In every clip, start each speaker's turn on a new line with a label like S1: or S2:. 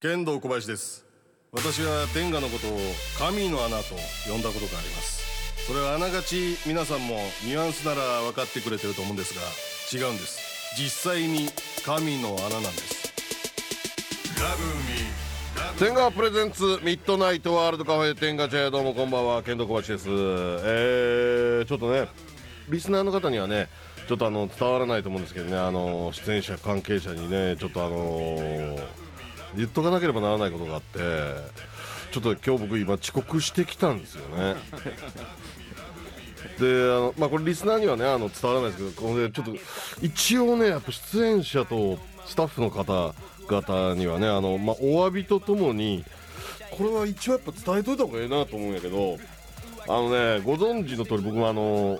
S1: 剣道小林です私は天下のことを神の穴と呼んだことがありますそれはあながち皆さんもニュアンスなら分かってくれてると思うんですが違うんです実際に神の穴なんですラブ
S2: 天下プレゼンツミッドナイトワールドカフェ天下茶屋どうもこんばんは剣道小林ですえー、ちょっとねリスナーの方にはねちょっとあの伝わらないと思うんですけどねあの出演者関係者にねちょっとあの言っとかなければならないことがあってちょっと今日僕今遅刻してきたんですよねであのまあこれリスナーにはねあの伝わらないですけどこれちょっと一応ねやっぱ出演者とスタッフの方々にはねあのまあお詫びとともにこれは一応やっぱ伝えといた方がええなと思うんやけどあのねご存知の通り僕もあの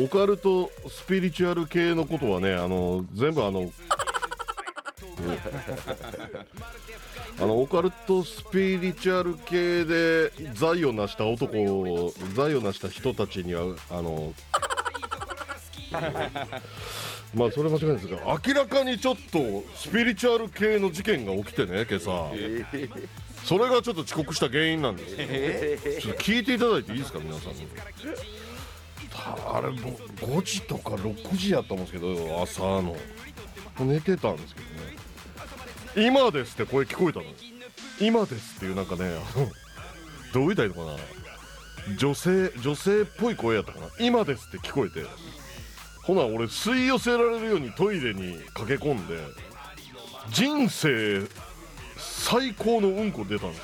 S2: オカルトスピリチュアル系のことはねあの全部あのあのオカルトスピリチュアル系で財を成した男を財を成した人たちにはあのまあそれ間違いないですが明らかにちょっとスピリチュアル系の事件が起きてね今朝それがちょっと遅刻した原因なんですちょっと聞いていただいていいですか皆さんあれも5時とか6時やったんですけど朝の寝てたんですけどね今ですって声聞こえたの今ですっていうなんかねあのどう言いたいのかな女性女性っぽい声やったかな今ですって聞こえてほな俺吸い寄せられるようにトイレに駆け込んで人生最高のうんこ出たんです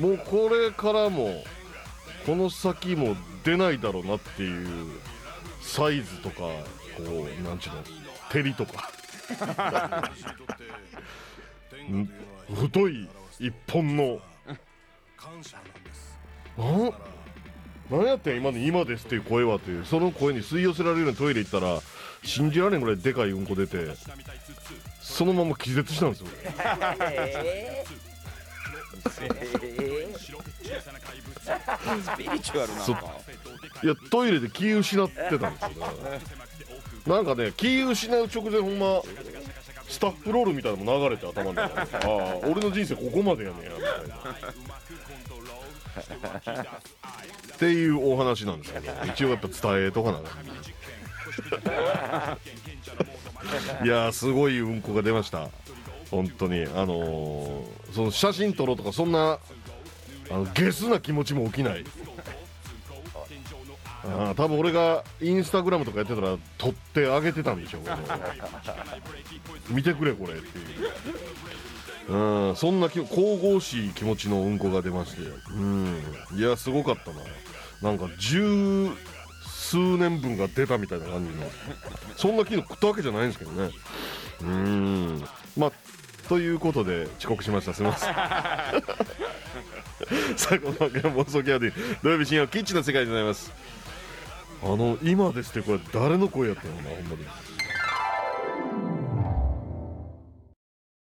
S2: よもうこれからもこの先も出ないだろうなっていうサイズとかこうなんちゅうの照りとかん太い一本の
S1: 感謝なんです
S2: なんなんやってん今の今ですっていう声はというその声に吸い寄せられるようにトイレ行ったら信じられんぐらいでかいうんこ出てそのまま気絶したんですよ
S3: スピリチュアルな
S2: そういやトイレで気失ってたんですよねなんかね気失う直前ほんまスタッフロールみたいなのも流れて頭の中でああ俺の人生ここまでやねんやみたいなっていうお話なんですけど一応やっぱ伝えとかなあかんねいやーすごいうんこが出ました本当にあのーその写真撮ろうとかそんなあのゲスな気持ちも起きないあー多分俺がインスタグラムとかやってたら撮ってあげてたんでしょうけど見てくれこれっていう、うん、そんなき神々しい気持ちのうんこが出まして、うん、いやすごかったななんか十数年分が出たみたいな感じのそんな機能食ったわけじゃないんですけどねうんまあということで遅刻しましたすみませんさあこの番組は妄想キャディ土曜日深夜はキッチンの世界でございますあの今ですってこれ誰の声やったのかなほんまに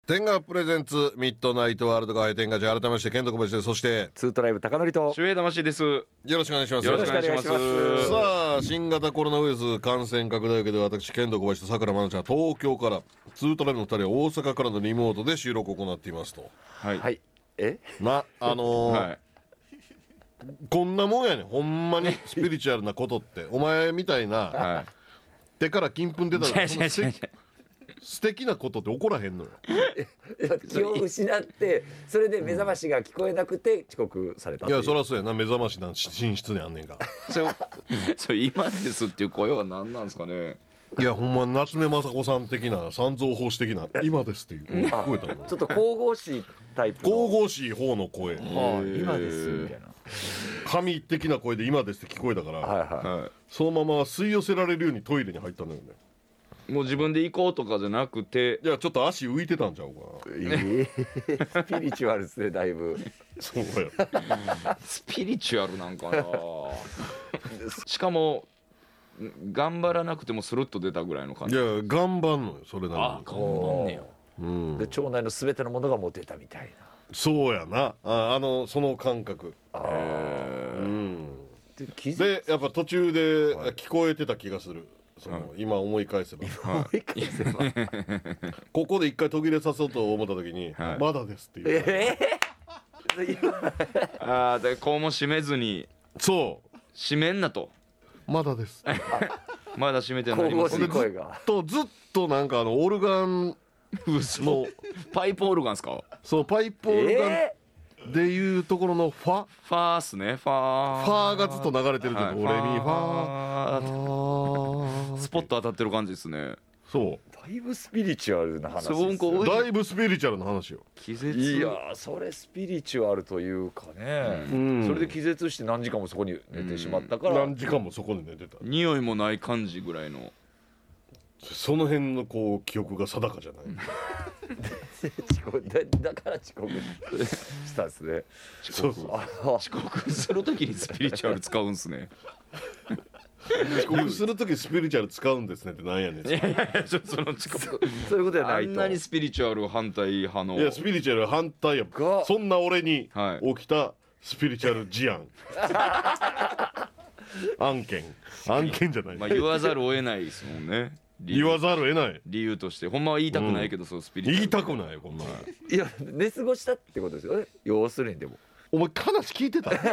S2: 天下プレゼンツミッドナイトワールドカフェ天下地改めまして剣道小林ですそして
S4: ツートライブ高典と
S3: 守衛魂です。よ
S2: よろしくお願いします
S3: ろしくお願いします。
S4: よろしくお願いしま
S2: さあ新型コロナウイルス感染拡大を受けて私剣道小林とさくらまなちゃんは東京からツートライブの2人は大阪からのリモートで収録を行っていますと
S3: はい。
S4: は
S3: はい。
S4: いえ
S2: なあのーこんなもんやねんほんまにスピリチュアルなことってお前みたいな
S3: は
S2: 手から金粉出た
S3: い。
S2: らそんな素敵素敵なことって起こらへんのよ
S4: 気を失ってそれで目覚ましが聞こえなくて遅刻されたっ
S2: い
S4: ていう
S2: やそりゃそうやな目覚ましなんし寝室にあんねんから
S3: そう、そう今ですっていう声は何なんですかね。
S2: いやほんま夏目雅子さん的な三蔵法師的な今ですっていう聞こえたの
S4: ちょっと神々しいタイプの
S2: 神々しい方の声
S4: はい今ですみたいな
S2: 神的な声で今ですって聞こえたから、
S4: はいは
S3: は
S2: そのまま吸い寄せられるようにトイレに入ったんだよね
S3: い。もう自分で行こうとかじゃなくて
S2: い。やちょっと足浮いてたんちゃうかない
S4: えースピリチュアルですねだいぶ
S2: そうや
S3: スピリチュアルなん かな。しかも。ん頑張らなくてもスルッと出たぐらいの感
S2: い
S3: じ。
S2: や頑張んのよそれな
S3: あ、
S2: り
S3: 頑張んねや。
S2: に、う
S4: で
S2: ん、
S4: 町内のすべてのものが持てたみたい
S2: そうやなああのその感覚
S4: なあ
S2: うん
S4: ーで気
S2: で
S4: づ
S2: やっぱ途中で聞こえてた気がする、その、今思い返せば
S4: もう一回すれば
S2: ここで一回途切れさそうと思った時に「
S3: はい
S2: まだです」っていう
S4: え え今
S3: ああでこうも閉めずに
S2: そう
S3: 閉めんなと
S2: 「まだです」
S3: まだ閉めてな
S4: 神
S3: りま
S4: 々
S3: せ
S4: し
S3: ん
S4: い声が
S2: とずっとなんかあのオルガンの
S3: パイプオルガンですか
S2: そうパイプオルガ
S4: え
S2: ンでいうところのファ、
S3: ファーっすねファー
S2: ファーがずっと流れてると
S3: はい
S2: いうか、俺にファ
S3: ァー
S2: ー
S3: スポット当たってる感じですね
S2: そ
S4: えだいぶスピリチュアルな話です
S3: そうこ
S2: う
S3: う
S2: だいぶスピリチュアルな話よ
S3: 気絶
S4: いやーそれスピリチュアルというかね、
S2: うん
S4: それで気絶して何時間もそこに寝てしまったから、
S2: 何時間もそこで寝てた
S3: 匂いもない感じぐらいの
S2: その辺のこう記憶が定かじゃない
S4: 遅刻だだ から遅刻したんですね
S2: そう そう
S4: あの
S3: 遅刻するときにスピリチュアル使うんすね
S2: 遅刻する時スピリチュアル使うんですねってなんやねん
S3: いやいやいやちょその遅刻
S4: そういうことじゃ
S3: あ
S4: ないと
S3: んなにスピリチュアル反対派の
S2: いやスピリチュアル反対や
S4: が
S2: そんな俺に
S3: は
S2: 起きたスピリチュアル事 案案件案件じゃない、
S3: まあ、言わざるを得ないですもんね理由
S2: 言わざるを得ない
S3: 理由としてほんまは言いたくないけど、そうスピリチュアル
S2: 言いたくないよこんなん
S4: いや寝過ごしたってことですよね要するにでも
S2: お前話聞いてた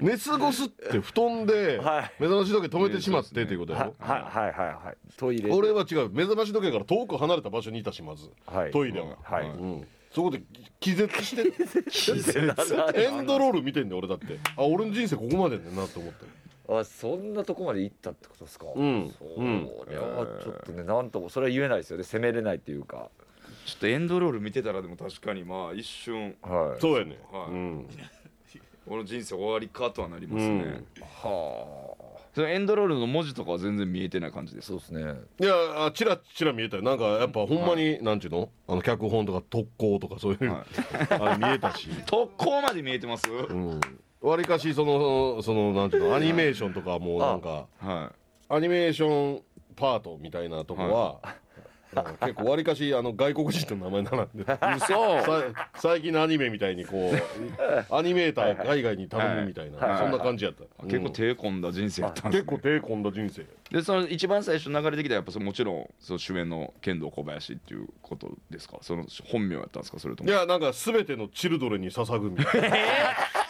S2: 寝過ごすって布団で
S4: はい
S2: 目覚まし時計止めてしまってっていうことや
S4: は
S2: ろ、
S4: はいはいはいはいトイレ
S2: 俺は違う目覚まし時計から遠く離れた場所にいたしまず、
S4: はい
S2: トイレは、
S4: はい
S2: うんそこで 気絶して
S4: 気絶
S2: エ ンドロール見てんねん俺だってあ俺の人生ここまでねんなって思って
S4: あそんなとこまで行ったってことですか、
S2: ん
S4: そううんこれはちょっとねなんともそれは言えないですよね責めれないっていうか
S3: ちょっとエンドロール見てたらでも確かにまあ一瞬
S4: はい
S2: そうやねん、
S3: はい
S2: うん
S3: 俺の人生終わりかとはなりますね、
S2: うん
S4: はあ
S3: そのエンドロールの文字とかは全然見えてない感じです
S4: そうですね
S2: いやあチラチラ見えたよなんかやっぱほんまに、なんちゅうのあの脚本とか特攻とかそういう、
S3: はい
S2: あれ見えたし、
S3: 特攻まで見えてま す、
S2: うん、わりかしそのそのなんちゅうのアニメーションとかもうなんか
S3: は
S2: アニメーションパートみたいなとこは、なんか結構わりかしあの外国人の名前並んで
S3: い 嘘
S2: さ最近のアニメみたいにこうアニメーター海外に頼むみたいな、
S3: はいはい
S2: そんな感じやった、
S3: 結構手込んだ人生やったんです、ね、
S2: 手込んだ人生
S3: でその一番最初流れてきたやっぱそのもちろんその主演の剣道小林っていうことですかその本名やったんですかそれと
S2: い
S3: も
S2: やなんか全てのチルドレンに捧ぐみたいな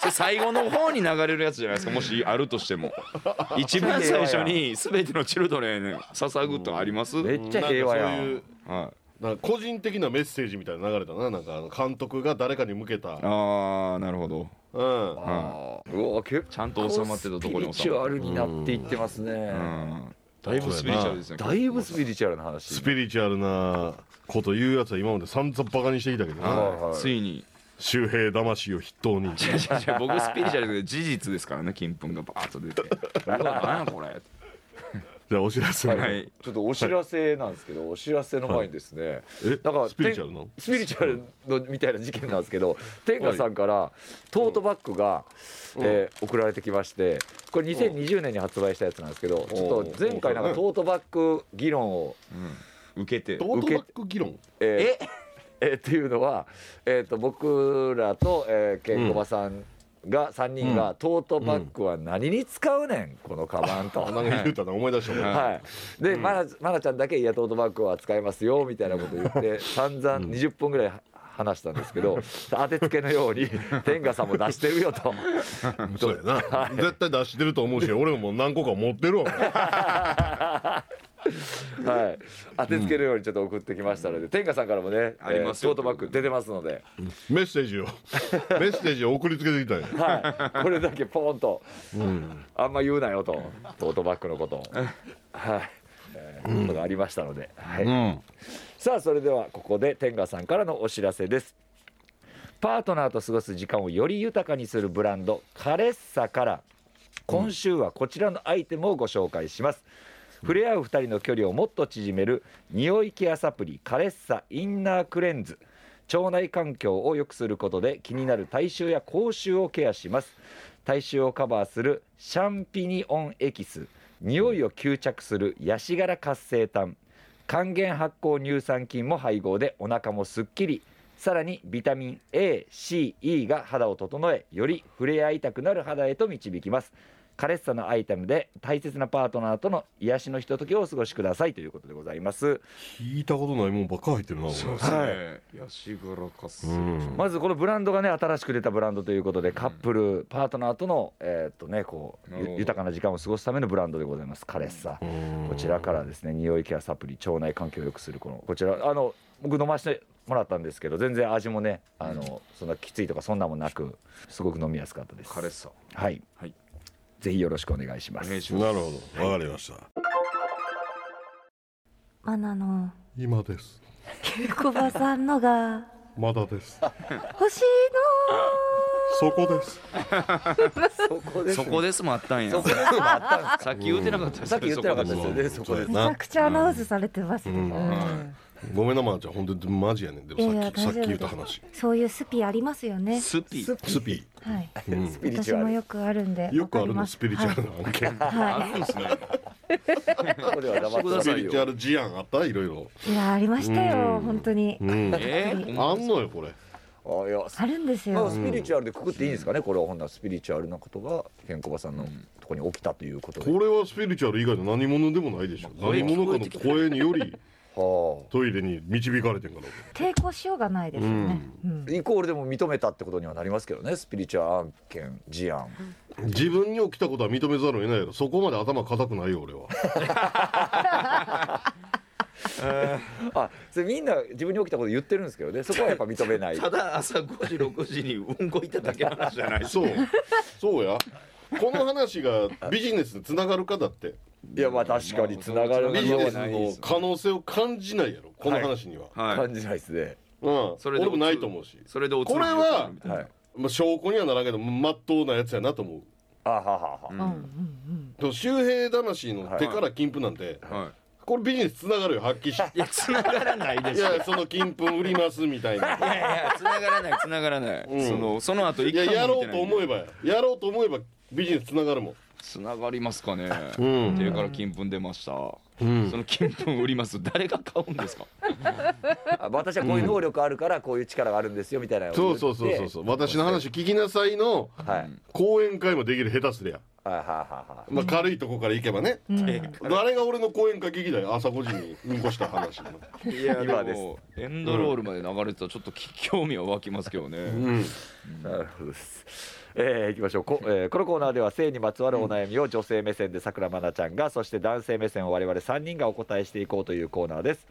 S3: それ最後の方に流れるやつじゃないですかもしあるとして も一番最初に全てのチルドレンに捧ぐとあります、
S4: めっちゃ平和や
S2: なんかそ
S4: ん
S2: ういう
S3: はい
S2: なんか個人的なメッセージみたいなの流れたななんかあの監督が誰かに向けた、
S3: ああなるほど
S2: うん、
S4: ああうわ結構
S3: ちゃんと収まってたところに
S4: スピリチ
S3: 収
S4: ュ
S3: ま
S4: ア
S3: って
S4: ルになっていってますね、
S3: うん
S2: だいぶ
S3: スピリチュアルですね
S4: だいぶスピリチュアルな話
S2: スピリチュアルなこと言うやつは今まで散々バカにしてきたけどな
S4: はいはい
S3: ついに
S2: 周平魂を筆頭に
S3: 違う違う違う僕スピリチュアルで事実ですからね金粉がバーッと出て「うわ何やこれ」
S2: じゃあお知らせ、
S3: はい
S4: ちょっとお知らせなんですけど、お知らせの前にですね、
S2: え
S4: なんか
S2: スピリチュアルなの
S4: てんスピリチュアルのみたいな事件なんですけど、天下さんからトートバッグが、えー送られてきまして、これ2020年に発売したやつなんですけど、ちょっと前回なんかトートバッグ議論を、
S3: 受けて
S2: トートバック議論
S4: えー えーっていうのは、えー、と僕らと、えー、ケンコバさんが3人が、トートバッグは何に使うねんこのカバンと。
S2: なんか言うたな思い出したもん、
S3: はい
S4: はい、で、まなまなちゃんだけ「いやトートバッグは使いますよ」みたいなこと言って散々20分ぐらいは話したんですけど当てつけのように「天下さんも出してるよ」と
S2: そうやな、絶対出してると思うし俺ももう何個か持ってるわ
S4: はい、当てつけるようにちょっと送ってきましたので、天下さんからもね、
S3: あります
S4: えー
S3: よ
S4: トートバッグ出てますので、
S2: メッセージをメッセージを送りつけてきたんや
S4: はい、これだけポーンと、あんま言うなよとトートバッグのことをはい、えーことがありましたので、はいさあそれではここで天賀さんからのお知らせですパートナーと過ごす時間をより豊かにするブランドカレッサから今週はこちらのアイテムをご紹介します、触れ合う2人の距離をもっと縮める匂いケアサプリカレッサインナークレンズ腸内環境を良くすることで気になる体臭や口臭をケアします体臭をカバーするシャンピニオンエキス匂いを吸着するヤシ殻活性炭還元発酵乳酸菌も配合でお腹もすっきりさらにビタミン ACE が肌を整えより触れ合いたくなる肌へと導きます彼氏さのアイテムで大切なパートナーとの癒しのひとときをお過ごしくださいということでございます、
S2: 聞いたことないもんばっか入ってるなこれ
S3: そうですね。ヤシガラカス。
S2: うん
S4: まずこのブランドがね新しく出たブランドということでカップルパートナーとのえーっとねこう
S3: なるほ
S4: ゆ
S3: ど
S4: 豊かな時間を過ごすためのブランドでございます彼氏さ
S2: うん
S4: こちらからですね匂いケアサプリ腸内環境を良くするこのこちらあの僕飲ましてもらったんですけど全然味もねあのそんなきついとかそんなもなくすごく飲みやすかったです
S3: 彼氏さん。
S4: はい、
S3: はい
S4: ぜひよろしくお願いしま
S3: お
S4: す
S3: 願いします。
S2: なるほどわかりました
S5: マナの
S2: 今です
S5: ケルコバさんのが
S2: まだです
S5: 欲しい
S2: そこです
S3: そこですもあったんや。さっき言ってなかったです
S4: さっき言ってなかったです
S3: そ
S4: よねそ
S3: こでも
S4: こで
S2: そう
S5: の
S2: な
S5: めちゃくちゃアナウンスされてます
S2: う
S5: ね、
S2: ん
S5: うん
S2: ごめんなまーちゃん本当にマジやねんで
S5: いやい
S2: もさ
S5: や
S2: っきさっ
S5: 大
S2: き
S5: 丈夫
S2: 言っ
S5: で
S2: た
S5: す
S2: 話
S5: そういうスピありますよね
S3: スピ。
S2: スピ
S5: はい
S2: うん
S4: スピリチ
S5: 私
S4: ュア
S5: も
S4: ル
S5: よくあるんで
S2: よくある
S5: わかりま
S2: の
S5: す
S2: スピリチュアルな案件
S5: はい、
S3: あ
S5: は
S3: るんですね。
S4: ここでは黙ってま
S2: ス
S4: せ
S2: ピ
S4: ん
S2: リ
S4: よ
S2: チュアル事案あったいろいろ
S5: い、いやありましたよ、
S2: うん
S5: 本当に、
S2: うんあ
S3: えー
S2: んのよこれ
S4: あいや
S5: あるんです
S4: まあ、
S5: よ
S4: スピリチュアルでくくっていいんですかね、これはほんならスピリチュアルなことがケンコバさんのとこに起きたということで、
S2: これはスピリチュアル以外の何者でもないでしょ
S3: あ声
S2: 何者かの
S3: 聞こえてきた
S2: 声により
S4: は
S2: トイレに導かれてんから
S5: 抵抗しようがないですよね、うん
S4: あ、イコールでも認めたってことにはなりますけどねスピリチュアル案件事案
S2: 自分に起きたことは認めざるを得ないやろそこまで頭固くないよ俺は
S4: あそれみんな自分に起きたこと言ってるんですけどねそこはやっぱ認めない
S3: ただ朝5時6時にうんこいただけの話じゃないです。
S2: そうそうやこの話がビジネスにつながるかだって
S4: いやまあ確かにつながる
S2: ビジ
S4: よう
S2: ネ
S4: は
S2: ス
S4: ない
S2: の可能性を感じないやろこの話には、
S3: は
S4: 感
S3: い。
S4: じないですね、
S2: うん
S3: それで
S2: 俺もないと思うし、
S3: それでおつ
S2: これは
S3: みたいな
S4: はい、
S2: まあ、証拠にはならんけどまっとうなやつやなと思う
S4: あははは
S3: う
S5: うんうん
S3: ん
S5: うん
S2: でも周平魂の手から金粉なんて、
S3: は
S2: これビジネスつながるよ発 揮し
S3: い。いやつながらないで
S2: い
S3: すよ。
S2: やその金粉売りますみたい ない
S3: やいや繋がらない繋がらない、
S2: うん
S3: そのその後一
S2: いや
S3: 回も
S2: やろ
S3: 見て
S2: う
S3: ない
S2: と思えばややろうと思えばビジネスつながるもん
S3: 繋がりますかね
S2: うん
S3: 手から金粉出ました、
S2: ん
S3: その金粉売ります誰が買うんですか
S4: あ私はこういう能力あるからこういう力があるんですよみたいなのを
S2: そ
S4: 言っ
S2: う
S4: て
S2: そうそうそうそう私の話聞きなさいの
S4: はい、
S2: 講演会もできる下手すりゃ、
S4: あははは
S2: まあ、軽いとこから行けばね、
S5: うん
S3: え
S2: 誰が俺の講演会聞きだよ朝5時にうんこした話
S3: いや
S4: 今
S3: で
S4: です
S3: もエンドロールまで流れてたらちょっとき興味は湧きますけどね、
S2: うん
S4: なるほどです。 えー、いきましょうこ、えーこのコーナーでは性にまつわるお悩みを女性目線でさくらまなちゃんがそして男性目線を我々3人がお答えしていこうというコーナーです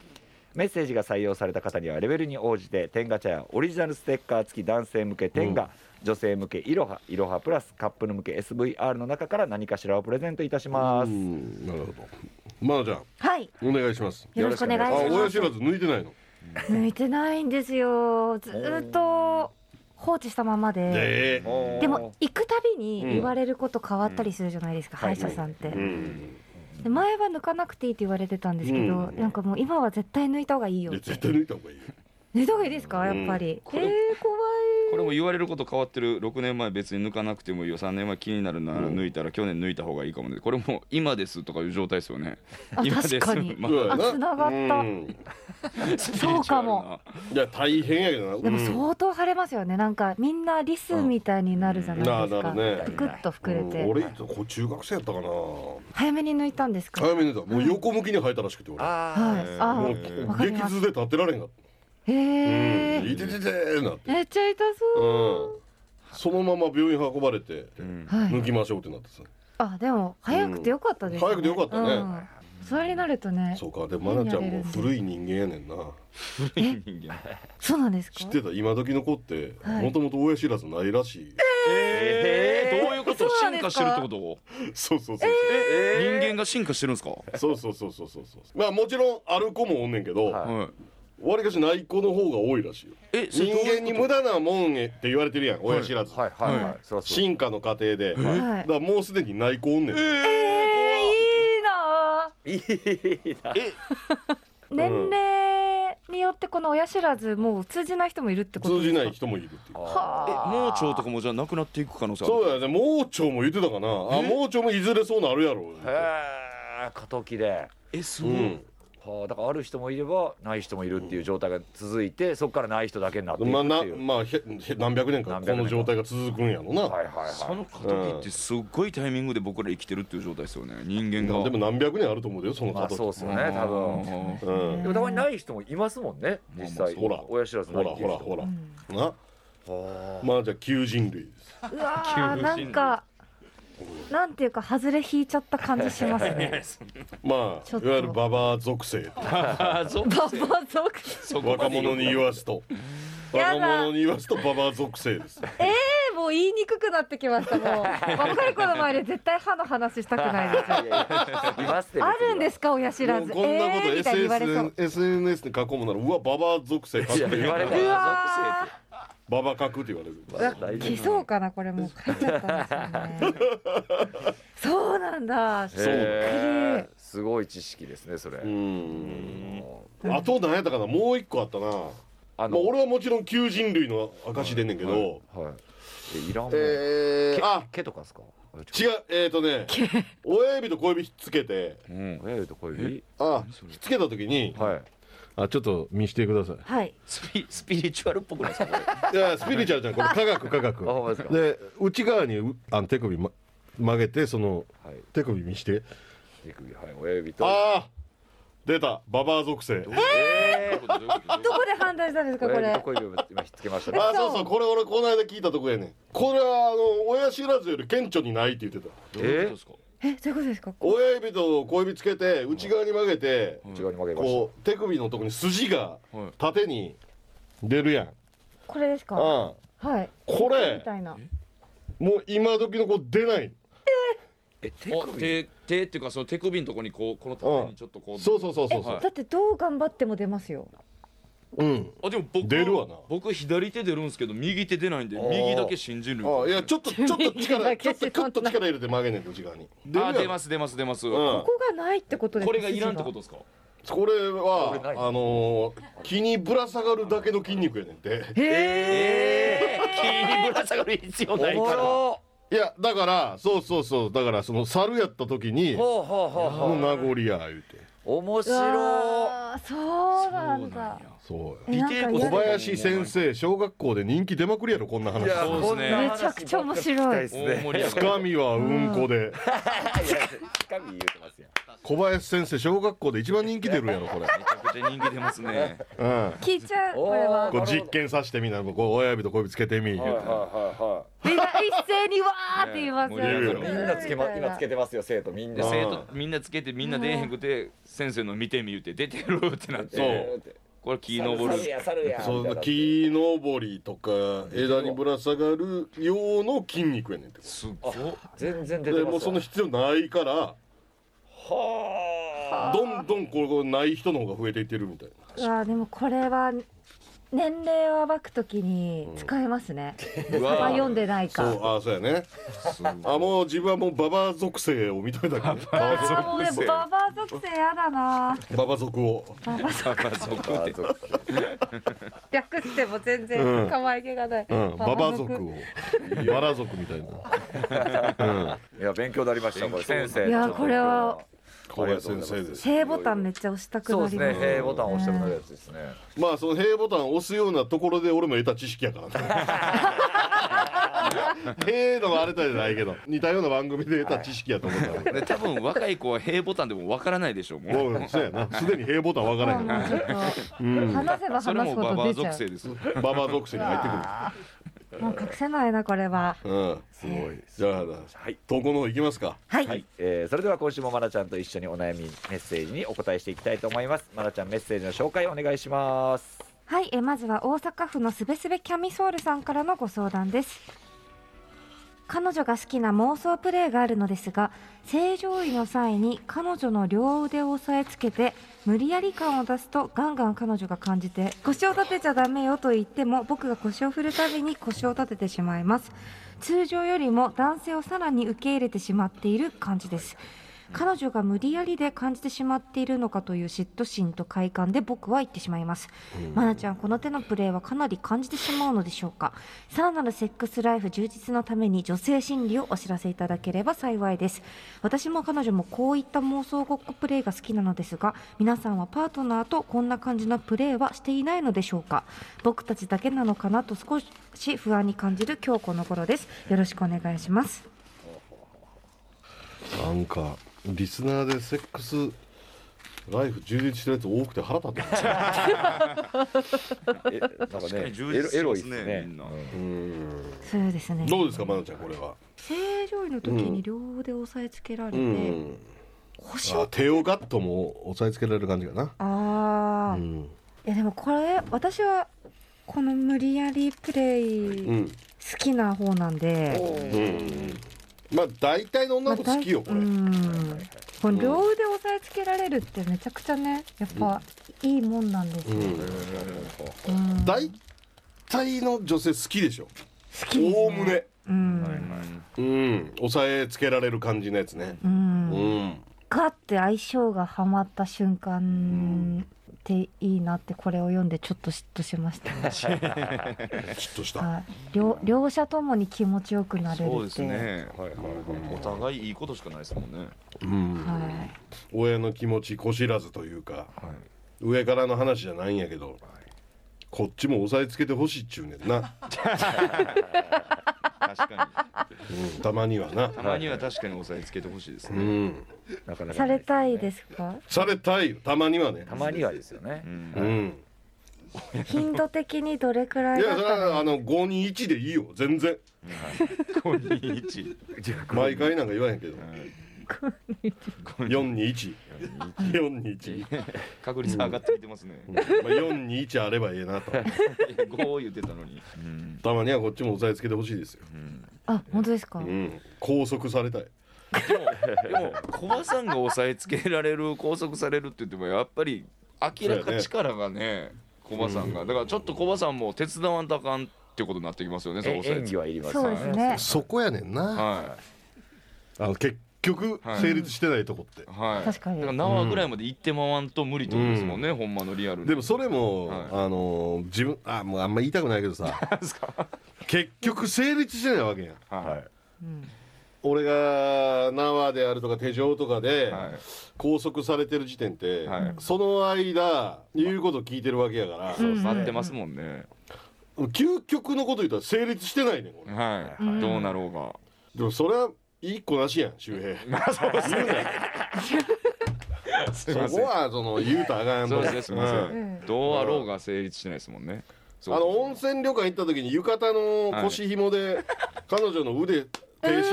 S4: メッセージが採用された方にはレベルに応じて天ガ茶やオリジナルステッカー付き男性向け天ガ、女性向けいろはいろはプラスカップル向け SVR の中から何かしらをプレゼントいたします、
S2: うんなるほどまあじゃあ
S5: はい
S2: お願いします
S5: よろしくお願
S2: あ
S5: いしま
S2: 親
S5: す
S2: 知らず抜いてないの
S5: 抜いてないんですよずーっと放置したままで
S2: え
S5: でも行くたびに
S2: うん
S5: 言われること変わったりするじゃないですか、
S4: うん
S5: 歯医者さんって、
S2: えうん
S5: で前は抜かなくていいって言われてたんですけど、
S2: うん
S5: なんかもう今は絶対抜いた方がいいよ
S2: い
S5: っ
S2: や
S5: て
S2: 絶対抜いた方がいいよ
S5: 抜いた方がいいですかやっぱり、
S3: こ
S5: え
S3: れ
S5: ー怖
S3: これも言われること変わってる6年前別に抜かなくてもいいよ3年前気になるなら抜いたら去年抜いた方がいいかもねこれも今ですとかいう状態ですよね
S5: あ
S3: 今です
S5: 確かに
S3: ま
S2: そうやな
S5: あ繋がった
S2: うん
S5: そうかも
S2: いや大変やけどない
S5: でも
S2: う
S5: 相当腫れますよねなんかみんなリスみたいになるじゃないですか、
S2: うんなるね
S5: ピクッと膨れて、
S2: ん俺こ中学生やったかな
S5: 早めに抜いたんですか、
S2: 早めにだもう横向きに生えたらしくて俺
S4: あ
S5: はい、あ
S2: も
S5: ーわ
S2: う
S5: かりま
S2: 激
S5: す
S2: 痛で立ってられへんかった
S5: へえ
S2: うんいてててーなって
S5: めっちゃ痛
S2: う
S5: そ
S2: んそのまま病院運ばれて
S3: うん
S5: う、はい
S2: 抜きましょうってなってさ
S5: あでも早くてよかったです、ね
S2: うん早くてよかったね
S5: んそれになるとね
S2: そうかでも愛菜ちゃんも古い人間やねんな
S3: 人間
S5: そうなんですか
S2: 知ってた今時の子って
S5: はい
S2: もともと親知らずないらしい
S3: えー、どういうこと
S5: そうなん
S3: 進
S5: ですか
S3: 化してるってこと
S2: そうそうそう
S3: 人間が進化してるんですか、
S2: そうそうそうそうそうそうまあもちろんある子もおんねんけど
S4: は
S3: はい、
S2: わりかしない子の方が多いらしいよ
S3: えそれ
S2: 人
S3: どういう
S2: 間に無駄なもんへって言われてるやん親知らず
S4: はいはいはい、そらそう
S2: 進化の過程でだか
S5: はい
S2: らもうすでにない子おんねん
S5: えー、いいなあ
S4: いいな
S5: 年齢によってこの親知らずもう通じない人もいるってこ
S2: 通
S5: とです
S2: じ
S5: か
S2: ない人もいるっていう
S5: は
S3: え
S5: あ
S3: 盲腸とかもじゃあなくなっていく可能性ある
S2: そうやね盲腸も言ってたかなあ盲腸もいずれそうなるやろ
S4: へえ過渡期で
S3: えそうう、
S2: ん
S4: はあ、だからある人もいればない人もいるっていう状態が続いてそこからない人だけになっていくって
S2: まあな
S4: いう、
S2: まあへへ何百年か
S4: 何
S2: こ
S4: 百年か
S2: の状態が続くんやろな、
S4: はいはいはい
S3: その過渡期ってすっごいタイミングで僕ら生きてるっていう状態ですよね人間が
S2: でも何百年あると思うよその
S4: まあ
S2: 形、
S4: そうですよね多分
S3: 分
S2: うん
S4: でもたまにない人もいますもんね実際
S2: まあまあそう
S4: 親知らずな
S2: ほ
S4: い
S2: ら
S4: っ
S2: ほ
S4: ていう
S2: ら
S4: 人
S2: ほら、
S5: ん
S2: なまあじゃあ求人類です
S5: うわ
S3: 急
S5: ー
S3: に
S5: なんかなんていうか外れ引いちゃった感じし ますね
S2: ま
S5: ち
S2: あ
S5: ょっ
S2: い
S5: と
S2: わゆるババア属性
S3: あそう
S5: ババ族
S2: 若者に言わすと
S5: や
S2: 若
S5: だ
S2: 者に言わすとババア属性です
S5: もう言いにくくなってきましたも う若い子の前で絶対歯の話したくないです
S4: いやいやいますって
S5: あるんですすか親知ら
S2: もう
S5: ず
S2: こんなこと
S5: えーみたいに言われそう
S2: SSN SNS で囲むならうわババア属性かっ
S4: い
S2: て
S4: や言われた
S5: う
S4: ら
S5: わ
S2: ババ格って言われる
S5: ーうわ消そうかなこれもう書いちゃったんですよねそうなん
S4: へ
S5: だ
S4: えすごい知識ですねそれ、
S2: うんあと何やったかなもう一個あったな
S4: あ
S2: まあ俺はもちろん求人類の証でんねんけど、
S4: はいえいらんもん、
S2: え
S4: け
S2: ー、あ
S4: けとかですかあれ
S2: 違うえっ、ー、とね親指と小指ひっつけて
S3: うん
S4: 親指と小指
S2: あひっつけた時に
S4: はい
S6: あちょっと見してください
S5: はい
S3: スピスピリチュアルっぽくないですかこれ
S2: いやスピリチュアルじゃん これ科学
S6: 科
S4: あ
S6: 学
S4: ほんまですか
S6: で内側にうあの手首、ま、曲げてその
S4: はい
S6: 手首見して
S4: 手首はい親指と
S2: ああ出たババア属性
S4: えー
S5: どこで判断したんですかこ
S4: 親指
S5: れ
S4: と小指を今ひっつけましたね
S2: あそうそうこれ俺この間聞いたとこやねんこれはあの親知らずより顕著にないって言ってた
S3: どういう ことですか
S5: えどういうことですか
S2: 親指と小指つけて内側に曲げて
S4: 内側に曲げまし
S2: こう手首のとこに筋が
S3: はい
S2: 縦に出るやん、
S5: これですか
S2: うん、
S5: はい
S2: こ
S5: み
S2: れ
S5: たいな
S2: もう今時の子出ない
S3: お手手っていうかその手首のとこにこうこの縦にちょっとこう
S2: そうそうそうそうそう
S3: はい
S5: だってどう頑張っても出ますよ
S2: うん
S3: あでも僕
S2: 出るわな
S3: 僕左手出るんですけど右手出ないんで
S2: あー
S3: 右だけ新人類
S2: あいやちょっとちょっと力
S5: だ
S2: ちょ
S5: け
S2: っとちょっと力入れて曲げんねんけど内側に出、
S3: あ出ますす出ます出ます、
S2: うん、
S5: ここがないってことです
S3: これがいらんってこととですか
S2: これ
S4: これない
S2: はあのー、気にぶら下がるだけの筋肉やねんて
S3: ええー、気にぶら下がる必要
S4: たおもろ
S2: いやだからそうそうそうだからその猿やった時にの
S4: ほうほうほうほ
S2: 名
S4: う
S2: 残や言うて
S4: 面
S5: う
S4: 白
S5: わーそうなんだ
S2: そう
S5: えなんか嫌
S3: 尾
S5: です
S2: 小
S3: 小
S2: 林
S3: 林
S2: 先
S3: 先
S2: 生小学校で人気出まくりやろこんな話
S4: いや
S3: そうで
S4: こ
S3: すね
S4: んな話ばっかり
S5: めちゃくちゃ面白い
S4: 聞きたですね
S3: 大盛り上
S2: つ
S3: が
S2: か
S3: り
S2: みはうんこで
S4: いや深み言うてますやん
S2: 小林先生小学校で一番人気出るやろこれ、
S3: めちゃくちゃ人気出ますね
S2: うん、
S5: 聞いちゃう
S4: おー
S5: これは
S2: こう実験させてみなこう親指と小指つけてみ言う
S4: はい
S2: て
S4: はいは
S5: みんな一斉にわーって言いますよ
S2: ね
S4: いはいみんなつけま今つけてますよ生徒みん
S3: で
S4: な
S3: 生徒みんなつけてみんな出えへんくて先生の見てみ言うて出てるってなって
S2: そう
S3: これ木登
S4: 猿
S3: る
S4: や猿や
S2: そ
S4: みたい
S2: の
S4: な
S2: 木登りとか枝にぶら下がる用の筋肉やねんって
S3: すっごい
S4: 全然出て
S2: で
S4: ます
S2: もうその必要ないから
S4: はあ
S2: どんどんこうない人の方が増えていってるみたいな
S5: うわーでもこれは年齢を暴くときに使えますね、
S3: う
S5: 幅
S3: わ
S5: 読んでない
S2: そ
S5: か
S2: うあそうやねあもう自分はもうババア属性を認めた から
S5: あーもうねババア属性やだな
S2: ババ族を
S5: ババ属
S4: あそう
S5: 略しても全然可愛げがない、
S2: うんババ族をバラ族みた いな
S4: かいや勉強になりましたこれ先生
S5: い
S4: ち
S5: や
S4: ょっと
S5: これは
S2: 小林先生です
S5: 正ボタンめっちゃ押したく
S4: そう
S5: な
S4: です
S5: り
S4: ね
S5: ます
S4: へーボタンを押してもらうやつですね
S2: まあその平ボタンを押すようなところで俺も得た知識やから ね平のはあれたじゃないけど似たような番組で得た知識やと思ったから
S3: で多分若い子は平ボタンでもわからないでしょうもう
S2: もうそうや なすでに平ボタン分からへんか
S5: もうちょっと話せば
S3: それ
S5: 話
S3: も
S5: す
S3: ババ
S5: ほど
S3: ア
S5: 出ちゃ
S3: 属
S5: う
S3: 性です
S2: らババア属性に入って
S5: もう隠せないなこれは
S2: くるうんすごいじゃあ
S4: はい
S2: 投稿の方行きますか
S5: はい、
S4: はい、えーそれでは今週もまなちゃんと一緒にお悩みメッセージにお答えしていきたいと思いますまなちゃんメッセージの紹介お願いします
S5: はい、えーまずは大阪府のすべすべキャミソールさんからのご相談です彼女が好きな妄想プレーがあるのですが正常位の際に彼女の両腕を押さえつけて無理やり感を出すとガンガン彼女が感じて腰を立てちゃダメよと言っても僕が腰を振るたびに腰を立ててしまいます通常よりも男性をさらに受け入れてしまっている感じです彼女が無理やりで感じてしまっているのかという嫉妬心と快感で僕は言ってしまいます、マナちゃんこの手のプレーはかなり感じてしまうのでしょうかさらなるセックスライフ充実のために女性心理をお知らせいただければ幸いです私も彼女もこういった妄想ごっこプレイが好きなのですが皆さんはパートナーとこんな感じのプレイはしていないのでしょうか僕たちだけなのかなと少し不安に感じる今日この頃ですよろしくお願いします
S2: なんかリスナーでセックスライフ充実してるやつ多くて腹立って ます
S4: えなんか
S3: 確か
S4: ね
S3: に充
S4: エロ
S3: 実して
S4: エロいで
S3: ま
S4: すす
S3: ね
S4: ね
S3: みんな
S5: そうですね
S2: どうですかまなちゃんこれは
S5: 正常位の時に両腕を押さえつけられて、
S2: うん
S5: 腰
S2: あ
S5: を
S2: 手をガッとも押さえつけられる感じかな
S5: ああ、
S2: う
S5: い
S2: ん
S5: やでもこれ私はこの無理やりプレイ
S2: う
S5: 好
S2: ん
S5: きな方なんで、
S2: うんまあ大体の女の子好きよこれ
S5: うんこの両腕押さえつけられるってめちゃくちゃねやっぱいいもんなんですよ、
S2: う
S5: うんん好
S2: 大体の女性好きでしょ
S5: きです
S2: おお
S5: ね
S2: むね
S5: うん、
S2: うん押さえつけられる感じのやつね
S5: うん
S2: うん
S5: ガッて相性がハマった瞬間っていいなってこれを読んでちょっと嫉妬しました、ね、
S2: きっとした
S5: はい両両者ともに気持ちよくなれるって
S3: そうです
S4: は
S3: ね
S4: いはい
S3: お互いいいことしかないですもんね
S2: うん
S5: はい
S2: 親の気持ちこしらずというか上からの話じゃないんやけどこっちも押さえつけてほしいっちゅうねんな
S3: 確か
S2: うんたまにはな
S3: にたまには確かに押さえつけてほしいです
S2: う
S3: ね
S2: ん
S4: なかなかないですね
S5: されたいですか
S2: されたいよたまにはね
S4: たまにはですよね
S3: うん
S2: うん
S5: 頻度的にどれくら
S2: い
S5: いだ
S2: や
S5: っ
S2: それ
S5: た
S2: は
S5: ら
S2: あの5人1でいいよ全然
S3: こんにち
S2: 毎回なんか言わへんけど4に1 4に1
S3: 確率上がってきてますね
S2: まあ4に1あればいいなと
S3: こう言ってたのに
S2: たまにはこっちも押さえつけてほしいですよ
S5: あ本当ですか、
S2: うん拘束されたい
S3: でもでもコバさんが押さえつけられる拘束されるって言ってもやっぱり明らか力がねコバさんがだからちょっとコバさんも手伝わんとあかんってことになってきますよねその
S4: え
S3: 押さ
S4: 演
S3: えつ
S4: 技
S3: け
S4: はいります
S5: そうですね
S2: そこやねんな
S3: は
S2: あの結局
S3: はい
S2: 成立してないとこって
S3: いはい
S5: 確かに
S3: だら縄ぐらいまで行ってまわんと無理ってことですもんね、ほんまのリアルに
S2: でもそれも、
S3: はい
S2: あのー自分あもうあんま言いたくないけど さ結局成立してないわけやん
S3: は
S2: 俺が縄であるとか手錠とかで
S3: いはい
S2: 拘束されてる時点って、
S3: はい
S2: その間言うこと聞いてるわけやから、
S3: そう
S5: うんうん
S3: 待ってますもんね、
S2: 究極のこと言ったら成立してないねん俺
S3: はい、
S5: うん
S3: どうなろうが
S2: でもそれはいい子なしやん周平
S3: すいま
S2: そ
S3: せ
S2: こ
S3: ん
S2: はその言うたらあかんと
S3: そうですねすいません、
S2: うん
S5: ん
S3: どうあろうが成立してないですもんねそう
S2: あの温泉旅館行った時に浴衣の腰紐で、彼女の腕手縛るっ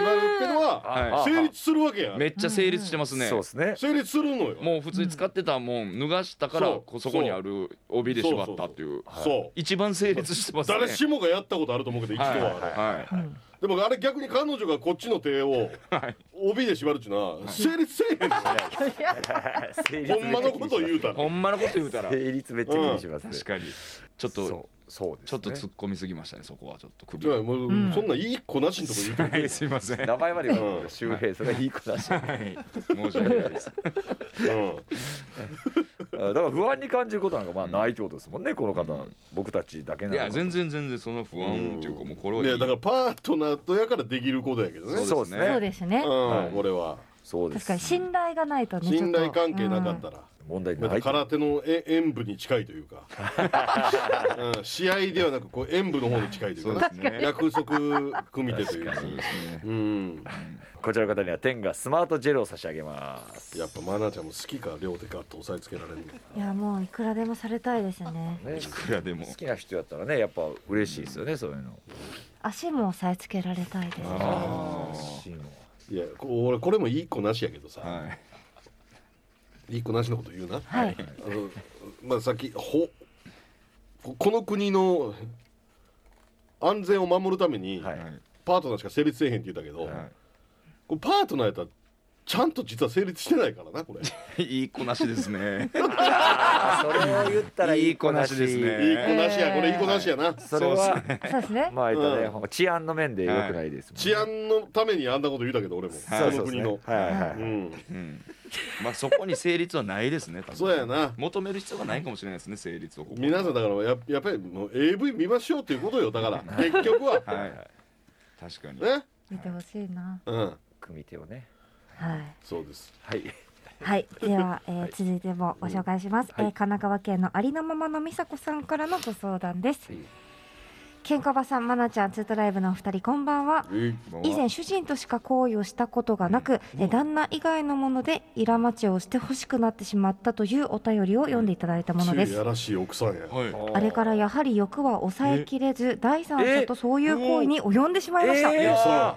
S2: てのは
S3: は
S2: 成立するわけやん
S3: い、めっちゃ成立してますね、
S4: そうです ね
S2: 成立するのよ
S3: もう普通に使ってたもん脱がしたから
S2: そう
S3: こそこにある帯で縛ったっていう
S2: そう
S3: 一番成立してますね
S2: 誰しもがやったことあると思うけど一度は、
S3: はいはいはい
S2: でもあれ逆に彼女がこっちの手を帯で縛るっていうのは成立せえへんのよ、
S4: 成立
S2: ほんまのこと言うたら
S3: ほんまのこと言うたら
S4: 成立めっちゃ気にしますね
S3: 確かにちょ
S4: そ
S3: っと
S4: うそうですね
S3: ちょっと突っ込みすぎましたねそこはちょっと首
S2: じゃあもう、
S5: ん
S2: そんないい子なしんとこ言うて
S3: はいすいませんは
S4: 名前まで言う
S2: うん
S4: と周平それはいい子だしあ
S3: い申し訳ないです
S2: る、うん
S4: だから不安に感じることなんかまあないってことですもんねこの方僕たちだけないの
S3: や全然全然そんな不安っていうかもうこれはい
S2: い
S3: い
S2: やだからパートナーとやからできることやけどね
S4: そうです
S5: そう
S4: ね
S5: ですね、
S2: うん
S4: はい
S2: これは
S4: そうで
S5: 確かに
S4: す
S5: 信頼がないとね
S2: 信頼関係なかったら、
S4: 問題
S2: ま
S4: な
S2: た
S4: い
S2: 空手のえ演武に近いというか、うん、試合ではなくこう演武の方に近いというか
S3: そうですね
S2: 約束組手というか
S3: そうですね
S2: うん
S4: こちらの方には天がスマートジェルを差し上げます
S2: やっぱマナちゃんも好きか両手かと押さえつけられる
S5: いやもういくらでもされたいですね
S4: ね
S3: いくらでも
S4: 好きな人やったらねやっぱ嬉しいですよねそういうの
S5: 足も押さえつけられたいです
S3: あ
S4: シーンを
S2: いやこ俺これもいい子なしやけどさ、
S3: ーはい
S2: い、い子なしのこと言うな
S5: はい
S2: あのまあさっきほここの国の安全を守るために、
S4: はい
S3: はい
S2: パートナーしか成立せえへんって言ったけど、
S3: はい
S2: これパートナーやったらちゃんと実は成立してないからなこれ
S3: いい子なしですね。
S4: あそれを言ったらい
S3: い
S4: い
S3: い
S4: 子
S3: 子
S4: な
S3: な
S4: し
S3: しですね
S2: いい子なしやこれいい子なしやな
S4: それは
S5: そうですね。
S4: まあえっとね、
S2: う
S4: 治安の面で良くないですもんね
S2: 治安のためにあんなこと言うたけど俺もこ
S4: そうそ
S2: の
S4: うそう
S2: 国の
S4: はいはいは
S2: う
S4: い
S2: ん
S3: うん。まあそこに成立はないですね。多分
S2: そうやな
S3: 求める必要がないかもしれないですね成立をここ
S2: 皆さんだからややっぱりもう AV 見ましょうっていうことよだから結局は
S3: はい。確かに。
S2: ね
S5: 見てほしいな。
S2: うん
S4: 組手をね
S5: はい。
S2: そうです
S4: はい
S5: はい、では、えー続いてもご紹介します、
S4: はい
S5: えー神奈川県のありのままの美佐子さんからのご相談です、ケンコバさん、まなちゃん、ツートライブのお二人こんばんは以前主人としか行為をしたことがなく、えー旦那以外のものでイラマチをして欲しくなってしまったというお便りを読んでいただいたもので
S2: 強い
S5: す
S2: やらしい奥さんや
S3: はい。
S5: あれからやはり欲は抑えきれず第三者とそういう行為に及んでしまいました、
S4: えー
S5: えー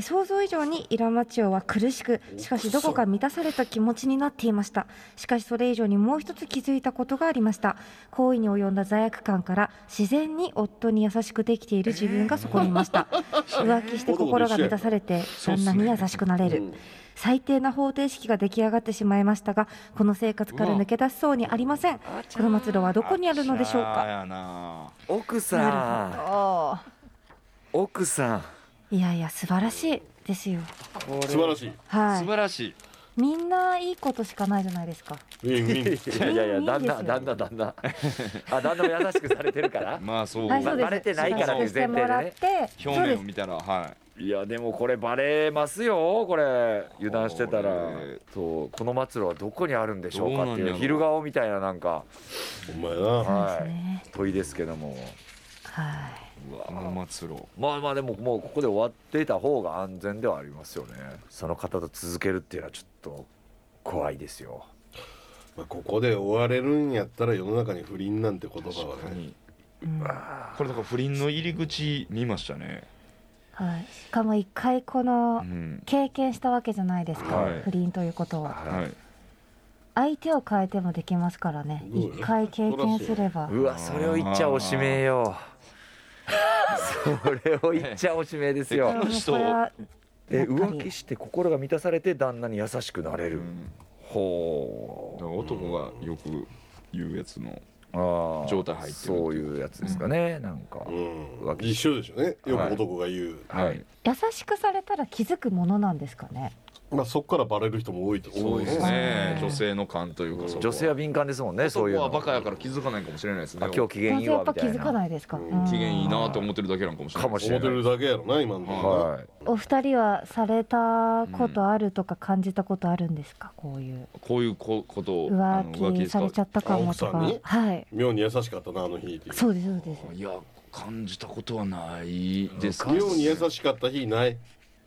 S5: 想像以上にイラマチオは苦しくしかしどこか満たされた気持ちになっていましたしかしそれ以上にもう一つ気づいたことがありました行為に及んだ罪悪感から自然に夫に優しくできている自分がそこにいました、浮気して心が満たされて旦那に優しくなれる、最低な方程式が出来上がってしまいましたがこの生活から抜け出しそうにありませんこの末路はどこにあるのでしょう
S3: あ
S5: か
S3: やな。
S4: 奥
S5: なる
S4: さん
S5: ほ
S4: 奥さん
S5: どいやいや素晴らしいですよ
S2: 素晴らしい
S5: はい
S3: 素晴らしい。
S5: みんないいことしかないじゃないですか。
S2: ウィンウィン
S4: いやいやいや旦那旦那旦那あ旦那も優しくされてるから
S3: まあそう。
S5: はいそうです
S4: バレてないからね
S5: そうしてもらって、
S3: 表
S5: そうで
S3: 面を
S5: す。
S3: 見たらはい
S4: やでもこれバレますよこれ油断してたら
S3: これ
S4: そうこの末路はどこにあるんでしょうかって
S3: どうな
S4: い
S3: んや
S4: う
S3: ろ
S4: 昼顔みたいななんか
S2: お前な
S5: そう
S4: は
S5: です
S4: い、
S5: ね。
S4: 問いですけども
S5: は
S3: いうわこの末路
S4: まあまあでももうここで終わっていた方が安全ではありますよねその方と続けるっていうのはちょっと怖いですよ
S2: まあここで追われるんやったら世の中に不倫なんて言葉はね
S3: これだから不倫の入り口見ましたね
S5: い。はい。しかも一回こ
S3: う
S5: の
S3: ん
S5: 経験したわけじゃないですか。
S3: はい
S5: 不倫ということは
S3: はい
S5: 相手を変えてもできますからね。
S2: どうよ
S5: 一回経験すれば。
S4: うわそれを言っちゃおしめよ それを言っちゃおしめです
S5: でも
S4: よ
S5: もうこれは
S4: え
S5: やっぱり
S4: 浮気して心が満たされて旦那に優しくなれる、
S3: うんだ
S4: ほ
S3: から男がよく言うやつの
S4: うああ
S3: 状態入ってるって
S4: そういうやつですかね、なんか、
S2: うん
S4: 浮気
S2: 一緒でしょうねよ
S4: はい
S2: く男が言う
S4: はい
S5: 優しくされたら気づくものなんですかね。
S2: まあそこからバレる人も多いと思
S3: そうう
S2: ね
S3: です
S5: う
S3: ね
S5: ん
S3: 女性の感というかそこ
S4: 女性は敏感ですもんねそういう
S3: 男
S4: の
S3: はバカやから気づかないかもしれないですね
S4: あ今日機嫌
S5: 男
S4: いい
S5: 性や
S4: わ
S5: っ
S4: み
S5: ぱ気
S4: たい
S5: づか
S4: な
S5: ないですか。
S2: うん
S3: 機嫌いいなと
S5: うん
S3: 思ってるだけなのかもしれない
S4: かもし
S2: 思
S4: れ
S2: って
S4: ない
S2: るだけやろな今のとこな
S4: はい
S5: お二人はされたことあるとか感じたことあるんですか。こういう
S3: こういうこことをあの
S5: 浮気
S3: です
S5: さ
S3: か
S5: れちゃったかもと
S2: あ奥さん
S5: か
S2: に。
S5: はい。
S2: 妙に優しかったなあの日っていう
S5: そうですそうです。
S3: いや感じたことはないです
S2: 妙に優しかった日ない
S4: い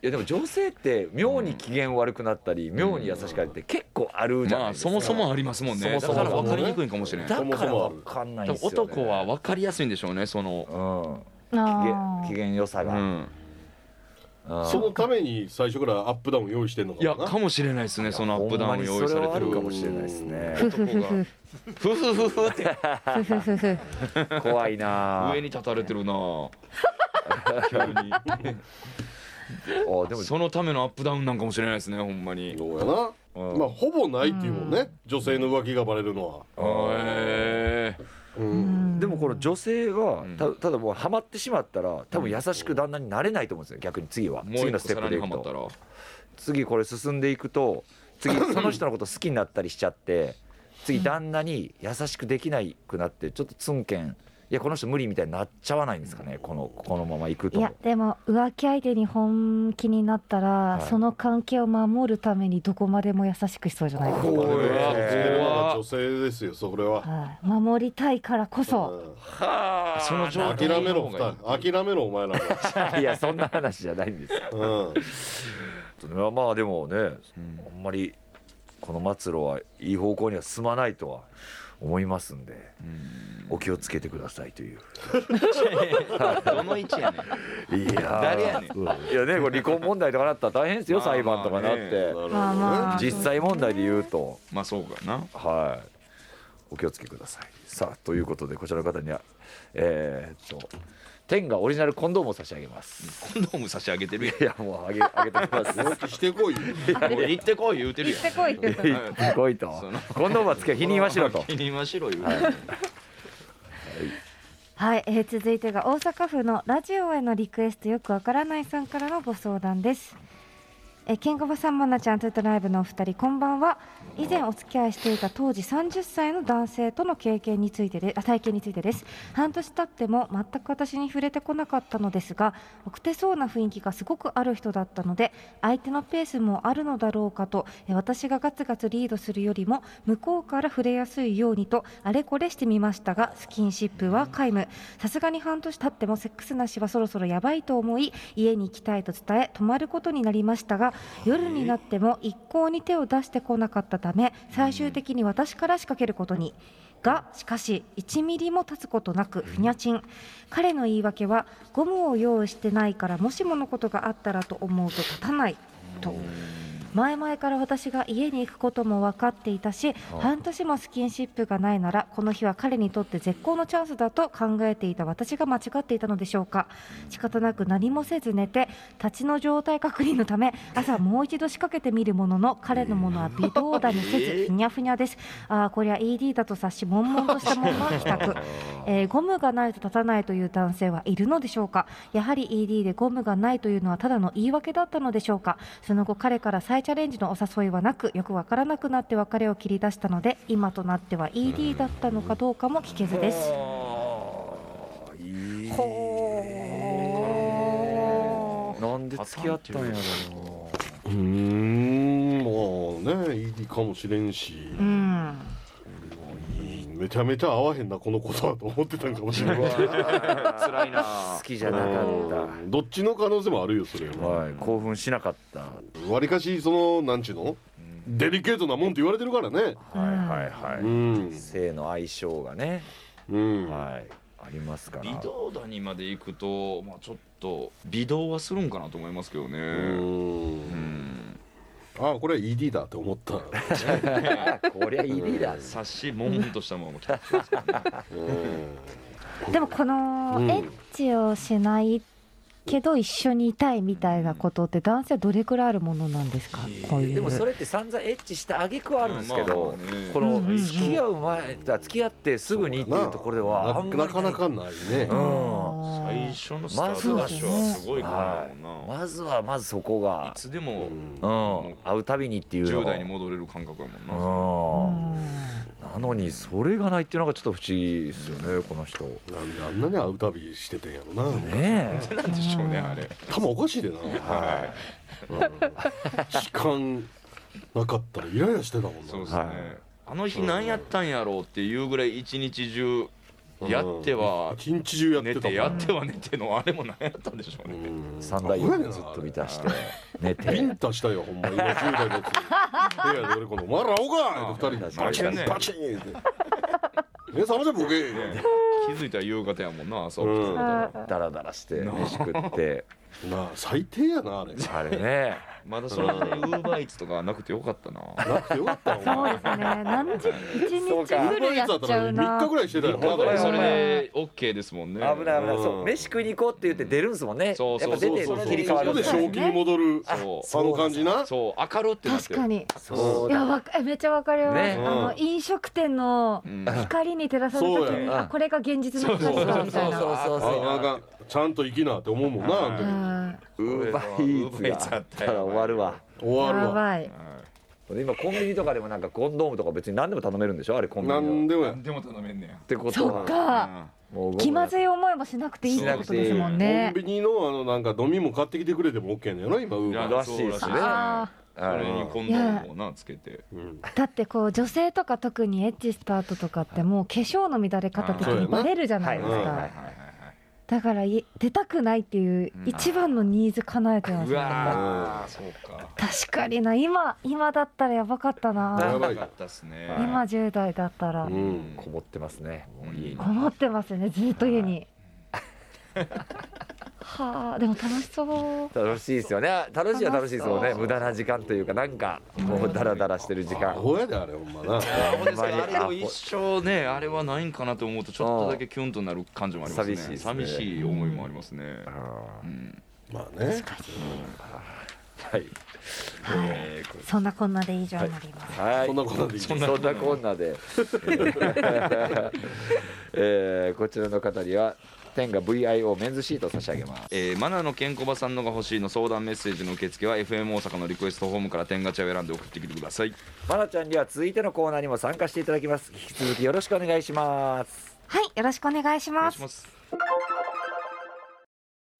S4: やでも女性って妙に機嫌悪くなったり、妙に優しくなって結構あるじゃな
S3: ま
S4: い
S3: あ
S4: ですか、
S3: そもそもありますもんね
S4: そもそも
S3: だから分かりにくいかもしれない
S4: だから
S2: そもそもあ
S4: わ
S2: る
S4: かんない
S3: 多
S4: んで
S3: 分
S4: すよ、ね、
S3: 男は分かりやすいんでしょうねその
S4: は、うん、機
S5: あー
S4: 嫌機嫌良さ
S3: う
S4: が、
S3: ん
S4: うん
S2: そのために最初からアップダウン用意してんの
S3: い
S2: か
S3: や
S2: もな
S3: かもしれないですねそのアップダウンを用意され
S4: ほんまにそは
S3: て
S4: あ
S3: る
S4: るかもしれないですね
S5: ふふふふ
S3: ふふふふって
S5: ふふふふ
S4: 怖いなあ
S3: 上に立たれてるな ぁ急に
S4: あでも
S3: そのためのアップダウンなんかもしれないですねほんまに
S2: どうやな
S4: うん
S2: まあほぼないっていうもんね女性の浮気がバレるのは
S3: へえ
S2: うん
S4: でもこの女性は
S3: ん
S4: たただもうハマってしまったら多分優しく旦那になれないと思うんですよ逆に次は
S3: もう
S4: 次
S3: 一
S4: の
S3: 個
S4: ステ
S3: さ
S4: ッ
S3: ら
S4: プ
S3: に
S4: でい
S3: ハ
S4: く
S3: マった
S4: と
S3: ら
S4: 次これ進んでいくと 次その人のこと好きになったりしちゃって次旦那に優しくできないくなってちょっとツンケンいやこの人無理みたいになっちゃわないんですかねこのこのままいく
S5: い
S4: と
S5: やでも浮気相手に本気になったら、
S4: い
S5: その関係を守るためにどこまでも優しくしそうじゃないですか、
S2: バレる
S3: 怖い
S2: バレるのは女性ですよそれは
S5: はい、守りたいからこそ、
S2: うん
S4: は
S3: その状態
S2: 諦めろ二人諦めろお前らは
S4: あ いやそんな話じゃないんですよ
S2: うん
S4: まあ まあでもねあんまりこの末路はいい方向には進まないとは思いますんで お気をつけてくださいという
S3: どの位置やねん
S4: いやー
S3: 誰やねん
S4: うんいやねこれ離婚問題とかなったら大変ですよ
S3: まあまあ
S4: 裁判とかなって
S2: なるほどね
S5: まあまあ
S4: 実際問題で言うと
S3: まあそうかな
S4: はいお気をつけくださいさあということでこちらの方にはえーっと天がオリジナルコンドームを差し上げます
S3: コンドーム差し上げてるや
S4: いやも うあげあげてきます
S2: 浮気してこいよ
S3: んもう行ってこい言うてる
S5: 行
S3: や
S5: っ
S3: ん
S5: てこいってこと
S3: はい
S4: すごいと
S3: その
S4: コンドームはつけ否認はしろと
S3: 否認はしろ言うてる
S5: はい、えー続いてが大阪府のラジオへのリクエストよくわからないさんからのご相談です。えーケンコバさん、マナちゃん、トゥートライブのお二人、こんばんは。以前お付き合いしていた当時30歳の男性との経験についてで、あ体験についてです。半年経っても全く私に触れてこなかったのですが、奥手そうな雰囲気がすごくある人だったので、相手のペースもあるのだろうかと、えー私がガツガツリードするよりも、向こうから触れやすいようにと、あれこれしてみましたが、スキンシップは皆無。さすがに半年経ってもセックスなしはそろそろやばいと思い家に行きたいと伝え泊まることになりましたが夜になっても一向に手を出してこなかったため最終的に私から仕掛けることに。がしかし1ミリも経つことなくふにゃちん彼の言い訳はゴムを用意してないからもしものことがあったらと思うと立たないと前々から私が家に行くことも分かっていたし半年もスキンシップがないならこの日は彼にとって絶好のチャンスだと考えていた私が間違っていたのでしょうか仕方なく何もせず寝て立ちの状態確認のため朝もう一度仕掛けてみるものの彼のものは微動だにせずふにゃふにゃですああこりゃ ED だと察し悶々としたものの帰宅えーゴムがないと立たないという男性はいるのでしょうかやはり ED でゴムがないというのはただの言い訳だったのでしょうかその後彼から再チャレンジのお誘いはなくよくわからなくなって別れを切り出したので今となっては ED だったのかどうかも聞けずですほー
S4: なんで付き合ったんやろ
S2: うーんまあね ED かもしれんし、
S5: うん
S2: めちゃめちゃ合わへんなこの子とはと思ってたんかもしれない
S3: 辛いな
S4: な好きじゃなかっ
S2: どっちの可能性もあるよそれ
S4: た
S2: は
S4: はい興奮しなかったは
S2: わりかしそのなんちゅうのデリケートなもんって言われてるからね
S4: いはいは
S2: う
S4: い
S2: ん
S4: 性の相性がね
S2: うん、
S4: はいありますから
S3: 微動だにまで行くと、まあ、ちょっと微動はするんかなと思いますけどね、
S2: うんあこれは ED だって思っ た
S4: こりゃ ED だ
S3: 察しもんとしたまま来た
S5: でもこのエ
S2: うん
S5: ッチをしないけど一緒にいたいみたいなことって男性はどれくらいあるものなんですかこういう
S4: でもそれって散々エッチした挙句はあるんですけ
S3: う
S4: ど
S3: んまあまあね
S4: こ
S5: うん
S4: の
S5: うんうん
S4: 付き合う前だ付き合ってすぐにっていうところではあんまり
S2: ななかなかないね
S5: あー
S3: 最初のスタートダッシュはすごいからな、
S4: はいまずはまずそこ
S3: い
S4: が、
S3: つでも
S4: うん、会うたびにっていうの
S3: 10
S4: が
S3: 代に戻れる感覚やもんな、
S4: うんなのにそれがないっていうのがちょっと不思議ですよねこの人ね
S2: なんであんなに会うたびしててんやろな
S4: え
S3: なんでしょうねあれ
S2: 頭おかしいでな、うん時間なかったらイライラしてたもんな
S3: そうですね、
S4: はい
S3: あの日何やったんやろうっていうぐらい一日中やっては
S2: 一日中やって
S3: 寝
S2: たもん
S3: てやっては寝てのあれも何やったんでしょう
S2: う
S3: ね、
S2: ん
S4: 三
S2: あ
S4: 大
S2: これや
S4: 欲
S2: ねん
S4: ずっ
S2: な
S4: と満たして寝
S2: ビ
S4: て
S2: ンタしたよほんま今10代のやつ部屋で俺この「お前ら青か!」って二人でバチンバチンって「目覚ませボケ!」
S3: 気づいたら夕方やもんな朝起きた
S2: う
S3: ら
S5: あー
S4: ダラダラして飯食って
S2: んなあ最低やなあれ
S4: あれね
S3: まだその辺ウーバーイーツとかなくてよかったな
S2: なくてよかったお
S5: そう
S2: 前
S5: ですね。何時一
S4: そう
S5: 日
S4: か
S5: フルやっちゃう
S2: 3
S5: な
S2: 日。ぐらいしてたよ
S4: 三日ぐらい
S3: そ
S2: ま
S3: れ
S2: だ
S3: で OK ですもんね
S4: 危ない危ないそううん飯食いに行こうって言って出るんですもんねやっ
S3: そうそ
S4: ぱ
S3: うそ
S4: 出
S3: う
S4: て
S2: そうそう
S4: 切り替わる
S2: そこで正気に戻るあ
S3: そう
S2: の感じな
S3: そう明るってなって
S5: 確かに。
S4: そう
S5: いや
S4: だ
S5: わかめっちゃわかります。
S4: ね
S5: あの飲食店の
S3: うん
S5: 光に照らされた時
S2: そう
S5: に、
S4: や
S5: あこれが現実の光
S4: そう
S5: だ
S4: そう
S5: みたいな。
S4: そううそう
S2: あなんかちゃんと生きなって思うもんなあの時
S5: ん
S4: ウーバーイーツがあったら終わるわ
S2: 終わ
S5: や
S2: るわ
S5: ばい。
S4: 今コンビニとかでもなんかコンドームとか別に何でも頼めるんでしょあれコンビニ
S2: 何
S4: のっ
S2: でもや
S3: 何でも頼めんねや
S4: てこと
S5: そ
S4: は
S5: っか。
S4: もう
S5: 気まずい思いもしなくていいってことですもんね
S2: コ。ンビニのあのなんか飲みも買ってきてくれても OK なよな今ウーバー
S4: らしいですね
S5: あ
S3: それに今度もなつけて
S2: うん
S5: だってこう女性とか特にエッチした後とかってもう化粧の乱れ方的にバレるじゃないです
S2: そうやな
S5: か。だからい出たくないっていう一番のニーズ叶えてます
S3: う
S5: ね。
S3: わーそうか
S5: 確かにな今今だったらやばかった
S2: や
S5: な
S2: ばい
S3: なかったっすね
S5: 今10代だったら
S2: うん
S4: こもってますね。
S3: いい
S5: こもってますよねずっと家にはあでも楽しそう
S4: 楽しいですよね楽しいは楽しいですもんね
S5: 楽しそう
S4: 無駄な時間というかなんかもうダラダラしてる時間
S2: アホやであれほんまな
S3: そうですけどあれを一生ねあれはないんかなと思うとちょっとだけキュンとなる感じもありますね
S4: 寂しいですね
S3: 寂しい思いもありますね
S2: まあね
S4: はい、えー
S5: そんなこんなで以上になります、
S4: はい
S2: そんなことでいい
S4: そんなこん なで、えーこちらの方には天が VIO メンズシートを差し上げます
S3: えーマナーの健康場さんのが欲しいの相談メッセージの受付は FM 大阪のリクエストホームから天ガチャを選んで送ってきてください
S4: まなちゃんには続いてのコーナーにも参加していただきます引き続きよろしくお願いします
S5: はいよろしくお願いし
S3: お願
S5: ま
S3: い
S5: す
S3: します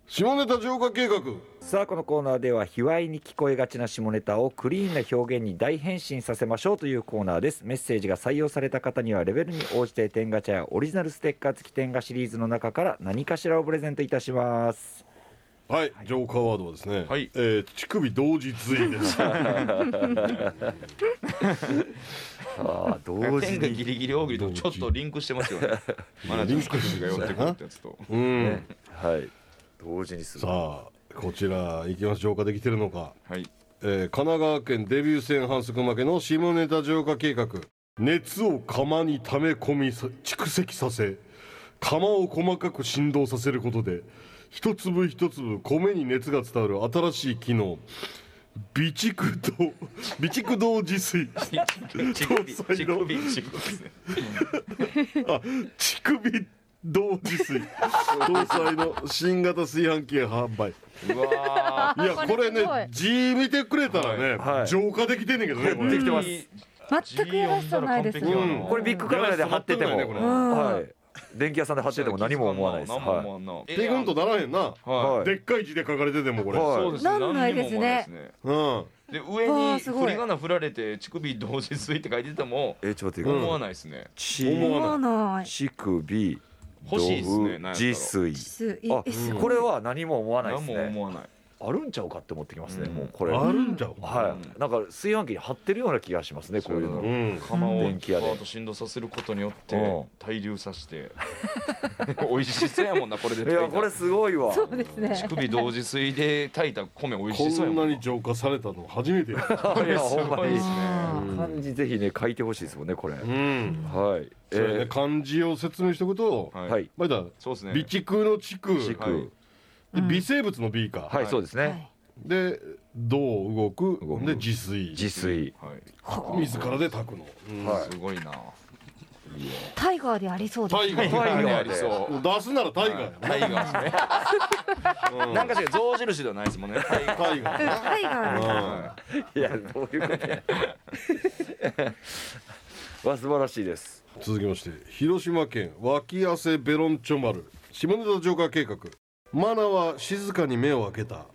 S2: 下ネタ浄化計画
S4: さあこのコーナーでは卑猥に聞こえがちな下ネタをクリーンな表現に大変身させましょうというコーナーですメッセージが採用された方にはレベルに応じて天ガチャやオリジナルステッカー付き天ガシリーズの中から何かしらをプレゼントいたします
S2: はい浄化ワードはですね、
S3: はい
S2: えー乳首同時ついです
S4: ああ同時
S3: 天が
S4: に
S3: ギリギリ大喜利とちょっとリンクしてますよねマナーの健康が寄ってくるってやつと
S2: うん
S4: はい同時にする
S2: さあこちらいきます浄化できてるのか
S3: はい
S2: えー神奈川県デビュー戦反則負けの下ネタ浄化計画熱を釜に溜め込みさ蓄積させ釜を細かく振動させることで一粒一粒米に熱が伝わる新しい機能備蓄と備蓄同時水
S3: 乳首乳首乳首ですね
S2: あ乳首同時水搭載の新型炊飯器販売
S3: うわ
S2: いやこれね字見てくれたらね、
S4: はいはい
S2: 浄化できてんねんけどねこ
S3: ー
S2: れ
S4: できてます
S5: 全くやらしさないです
S3: 自由
S5: ね
S2: う
S3: 音なら完璧やな
S2: ん
S4: これビッグカメラで貼ってても、
S2: やらせてもらってんだよねこれ
S4: はい、電気屋さんで貼ってても何も思わないです。
S3: 何も
S4: は
S3: 思わんな
S2: ペグンとならへんな
S3: はい
S4: はい
S2: でっかい字で書かれててもこれ、
S4: はい
S3: そうですね
S5: なんないですね
S3: 何にも思わないです
S2: う
S3: ね
S2: ん
S3: で上
S5: わ
S3: に
S5: あすごい
S3: 振り仮名振られて乳首同時水って書いてても
S4: い。え、ちょっと待ってくだ
S3: 思
S4: さい。
S3: わないですね
S4: ち、
S5: 思わない
S4: 乳首、
S3: 欲しいですね
S4: 同時水。
S5: すい
S4: あ
S5: えす、ごい
S4: これは何も思わないで
S3: 何
S4: す
S3: も
S4: ね。
S3: 思わない
S4: あるんちゃうかって思ってきますね。
S3: うん
S4: もうこれ。
S2: あ
S4: は
S2: るんじゃん、
S4: い。なんか炊飯器に貼ってるような気がしますね。こういう
S3: そう
S4: の
S3: だ。
S2: ん、
S3: 釜を
S4: 電気屋で
S3: パーッと振動させることによって
S4: うん
S3: 対流させて美味しそうやもんなこれで
S4: いや、これすごいわ。
S5: そうですね
S3: 乳首同時水で炊いた米美味しそう
S2: こ
S3: や
S2: ん
S3: も
S2: なんに浄化されたの初めてや
S4: いや、ほんまに
S3: す。
S5: あー
S4: 漢字ぜひね、書いてほしいですもんね。これ。
S2: う
S4: は
S2: ん
S4: い。
S2: それね
S4: え
S2: 漢字を説明しておくと、
S4: ー、
S3: は
S4: はいい。
S2: まだ
S3: そうですね
S2: 備蓄の地区
S4: 乳
S3: はい
S4: 首。
S2: で微生物の B か、
S4: はい、そうです
S5: は
S4: ね。
S5: い
S2: でどう動く
S4: 動く
S2: で自炊
S4: 自炊。
S3: は
S5: ほ
S2: 自らで炊くの、うん
S4: はい
S3: すごいな
S5: タイガーでありそうです
S2: タイガー
S4: タイガー
S3: ねありそう
S2: もう出すならタイガーやな、
S3: タイガーですね
S2: うん
S3: なんかしか象印ではないですもんねタイガー
S2: タイガ
S5: う
S2: ー
S5: んタイガーで
S2: や
S4: いや、どういうことや。わ、素晴らしいです。
S2: うん続きまして広島県脇汗ベロンチョ丸下ネタ浄化計画マナは静かに目を開けた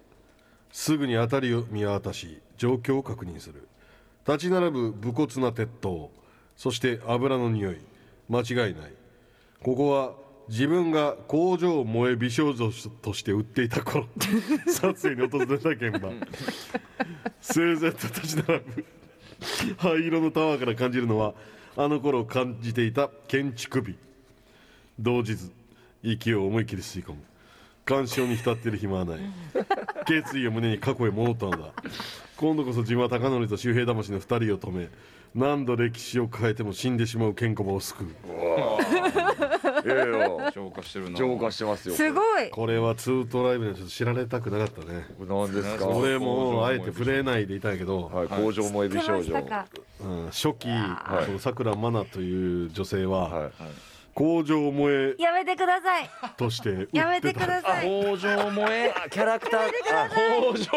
S2: すぐに辺りを見渡し状況を確認する立ち並ぶ武骨な鉄塔そして油の匂い間違いないここは自分が工場を燃え美少女として売っていた頃撮影に訪れた現場整然と立ち並ぶ灰色のタワーから感じるのはあの頃感じていた建築美動じず息を思い切り吸い込む感傷に浸ってる暇はない決意を胸に過去へ戻ったのだ今度こそ自分は高則と周平魂の2人を止め何度歴史を変えても死んでしまうケンコバを救う
S4: いやいや、
S3: 浄化してるな
S4: 浄化してますよ。
S5: すすごい
S2: これはツートライブではちょっと知られたくなかったね
S4: これ何ですか。
S3: そ
S4: は
S3: れ
S2: 俺もあえて触れないでいたけど、
S4: い、工場萌え美
S5: 出ま
S4: 少
S5: し
S4: 女。
S5: たか
S2: うん、初期
S4: い
S2: そのさくらまなという女性は、
S4: はい。
S2: 工場萌え
S5: やめてください
S2: として売ってた
S5: やめてください
S3: 工場萌え
S4: あキャラクター。あ
S3: 工場萌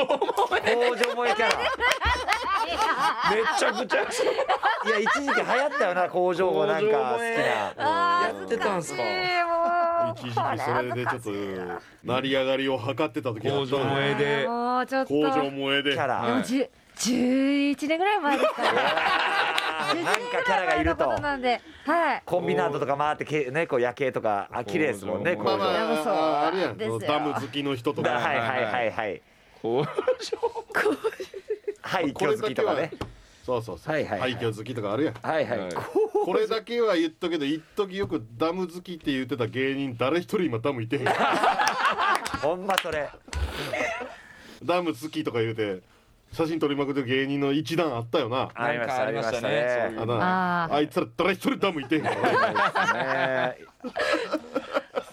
S3: え
S4: 工場萌えキャラ。
S3: めちゃくちゃ
S4: いや、一時期流行ったよな、工場もなんか好きな。
S5: あー
S3: やってたんすか
S5: 恥
S2: 一
S5: ず
S2: 時
S5: か
S2: 期
S5: しいもう
S2: それ
S5: こ
S2: でちょっと成り上がりを図ってた時あ
S3: 工
S2: ったの
S3: 場萌え
S5: 恥ずかし
S3: で
S5: いもうちょっと
S2: 工場萌えで
S4: キャラ。
S3: はい
S4: なんか
S5: じゅ11年ぐらい前ですかね
S4: キャラがいる。
S5: 前のことなんではい
S4: コンビナートとか回ってけ、ね、こう夜景とか、あ、綺麗ですもんね、工
S2: まあ
S4: 場。
S2: ま
S4: はい
S5: でもそう
S2: ああれやん
S5: ですよ
S2: ダム好きの人 とかね、
S4: はいはいはい。
S3: 工場
S4: はい、
S2: こ
S4: 今
S2: れ
S4: 日好
S2: だけ
S4: きと
S2: は
S4: かね。
S2: そうそうそう、
S4: はいはいはい
S2: 廃墟好きとかある やん
S4: はいはい。
S2: これだけは言っとく けど一時よくダム好きって言ってた芸人誰一人今ダムいてへん
S4: ほんまそれ
S2: ダム好きとか言うて写真撮りまくってる芸人の一段あったよな
S4: ありましたありましたね
S2: あ
S3: ね
S2: な
S5: あー
S2: あいつら誰一人ダムいてへんからね
S4: ね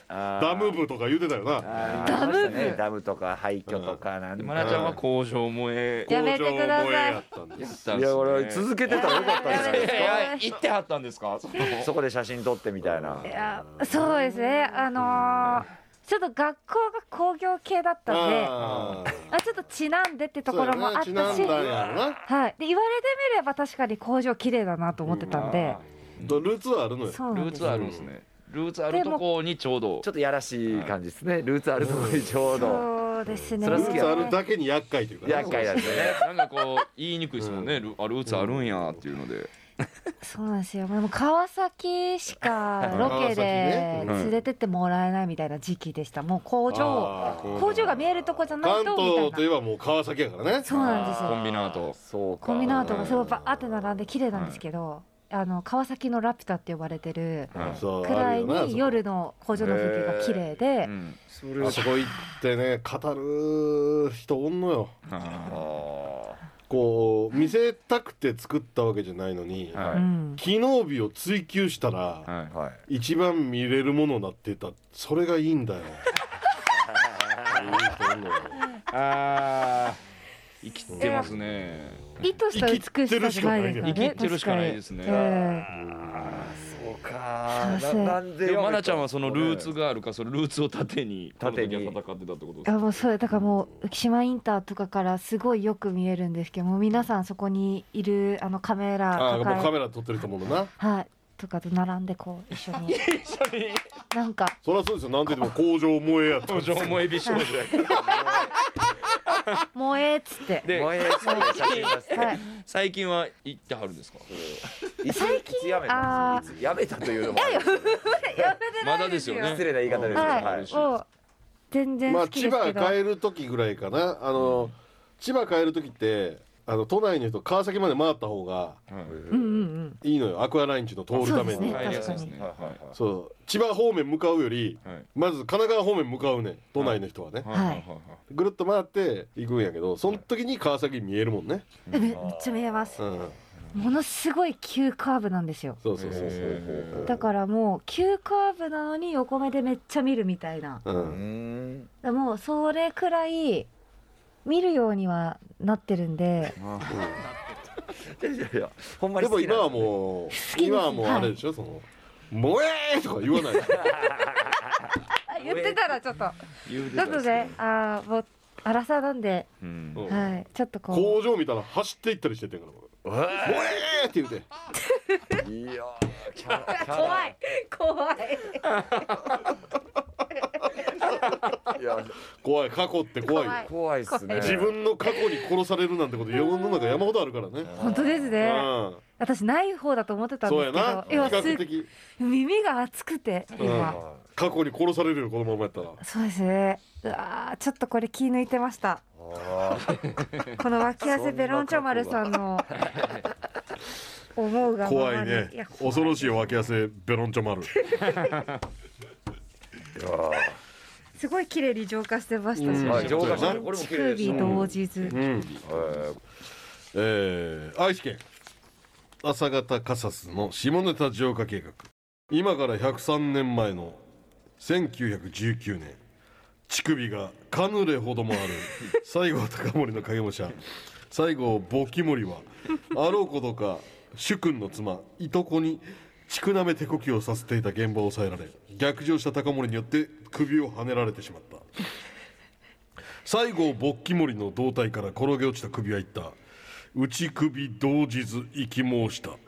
S2: ダム部とか言うてたよな
S4: ダムねダムとか廃墟とかなんで
S3: マナちゃんは工場萌え
S5: やめてくださ
S2: 工
S5: い
S2: 場萌えやったんで
S3: やったんですね
S4: いや俺続けてたらよかったんじゃないです
S3: いや行ってはったんですかそこ
S4: かそこで写真撮ってみたい ない
S5: やそうですねあのーちょっと学校が工業系だったんであ
S2: あー
S5: ちょっとちなんでってところもあった
S2: そ
S5: し、
S2: うやなちなんだんやろな
S5: はい、で言われてみれば確かに工場綺麗だなと思ってたんで、
S2: とルーツはあるのよ
S5: そうなん
S3: ル
S5: で
S3: ー
S5: す
S3: ツあるんですねルーツあるとこにちょうど
S4: ちょっとやらしい感じですねルーツあるとこにちょうど
S5: そうですね
S4: そ
S2: ル
S4: れは好
S2: ー
S4: き
S2: ツ
S4: や
S2: あるだけに厄介というかね
S4: 厄介なんですよね
S3: なんかこう言いにくいですもんね、ルあルーツあるんやっていうので、
S5: そうなんですよもう川崎しかロ
S3: 川
S5: ケで
S3: 崎ねうん
S5: 連れてってもらえないみたいな時期でしたもう工場
S2: あー
S5: 工場が見えるとこじゃない
S2: 関
S5: とみ
S2: 東
S5: た
S2: とい
S5: い
S2: え
S5: な
S2: ばもう川崎やからね
S5: そうなんです
S3: コ
S5: よ
S3: ンビナート
S4: そうか
S5: コンビナートがすごいバーって並んで綺麗なんですけど、あの川崎のラピュタって呼ばれてる
S2: そう
S5: く
S2: あ
S5: ら
S2: る
S5: い
S2: よなそこ
S5: に夜の工場の風景が綺麗で、
S3: うん
S2: それをそこ行ってね語る人おんのよ
S3: あ
S2: こう見せたくて作ったわけじゃないのに、
S3: ーは
S5: う
S3: い、
S5: ん、
S2: 機能美を追求したら
S3: はい
S4: はい
S2: 一番見れるものになってたそれがいい んだよいい人おん のよ
S3: あ生きてますね
S5: 意図した美しさじゃないですからね
S3: 生きてるしかないですね
S5: 確かにええ
S4: そうか
S5: すいませ
S4: なんなんで
S3: で
S4: よ
S3: もマナちゃんはそのルーツがあるかそのルーツを縦に
S4: 縦に
S3: この時は戦ってたってことです
S5: あ
S3: か
S5: もうそれだからもう浮島インターとかからすごいよく見えるんですけどもう皆さんそこにいるあのカメ
S2: あ
S5: ラ
S2: あも
S5: と
S2: うカ
S5: か
S2: メラ撮ってると思うのな
S5: はいとかと並んでこう一 緒になんか
S2: そりゃそうですよなんて言っても工場萌えやった
S3: 工場萌え美少女やけど
S5: 「萌え」っつって
S3: で
S4: 萌え好きな写真出す
S5: はい
S3: 最近は行ってはるんですか
S4: 最近やめたん
S5: あ
S4: ですいつやめたというのもある
S3: まだですよね
S4: 失礼な言い方ですけど
S5: は
S4: はい
S5: いもう全然
S2: まあ
S5: 好き
S2: 千
S5: ですけ
S2: 葉
S5: ど、
S2: 帰る時ぐらいかなあの、千葉帰る時ってあの都内の人川崎まで回った方が
S5: うんうん
S2: いいのよアクアラインチの通るため
S5: そう
S2: に
S5: ですね
S3: 帰りやすいですね
S4: はいはい
S2: そう千葉方面向かうより、
S3: はい
S2: まず神奈川方面向かうねん都内の人はね、
S3: はいはいはい
S2: ぐるっと回って行くんやけどその時に川崎見えるもんね、
S5: うんめめっちゃ見えます
S2: うん、
S5: ものすごい急カーブなんですよ
S2: そうそうそうそう
S5: だからもう急カーブなのに横目でめっちゃ見るみたいな
S2: う
S4: うんーん
S5: だからもうそれくらい見るようにはなってるんで
S4: いやいやいやほんまに
S2: で
S4: 好
S2: も
S4: きな
S2: 今はもう今は
S4: んですね
S5: きです
S2: もうあれでしょその「萌え!」とか言わ ないでしょ
S5: あ言ってたらちょっと
S3: 言うて
S5: ち
S3: た
S5: ょっ
S3: んで
S5: と
S3: すね
S5: ね、ああ、もう、荒さなんで、
S3: うん
S2: うん
S5: はい、ちょっとこ
S2: 工場見たら走っていったりしててんから「萌え!」って言うて
S4: いやーキャラ
S5: う。
S4: キャラ
S5: 怖い、怖い。
S4: いや
S2: 怖い過去って怖いよ
S5: 怖い
S4: 怖いっすね
S2: 自分の過去に殺されるなんてこと世の中山ほどあるからね
S5: 本当です
S2: う
S5: ね。
S2: ん
S5: 私ない方だと思ってたん
S2: そ
S5: で
S2: う
S5: す
S2: や
S5: けど
S2: な、比
S5: 今
S2: 較
S5: す、
S2: 的
S5: 耳が熱くて、今。
S4: あ
S2: 過去に殺されるよこのままやったら
S5: そうですね。うわーちょっとこれ気抜いてました。
S4: ー
S5: この脇汗ベロンチョ丸さんの。思うがまま
S2: 怖い
S5: に
S2: ね
S5: や
S2: 恐ろしい脇汗ベロンチョ丸
S5: すごい綺麗に浄化してましたし。
S4: はい浄化して
S2: う
S4: る
S2: ん
S4: これも
S5: 乳
S4: 綺麗です
S5: 首
S4: ね
S5: 動じず。
S2: うん
S4: え
S2: えー、愛知県朝方カサスの下ネタ浄化計画今から103年前の1919年乳首がカヌレほどもある西郷隆盛の影武者西郷ボキモリはあろうことか主君の妻いとこに乳くなめ手こきをさせていた現場を抑えられ逆上した隆盛によって首をはねられてしまった西郷勃起森の胴体から転げ落ちた首は言った内首同時ず生き申したこ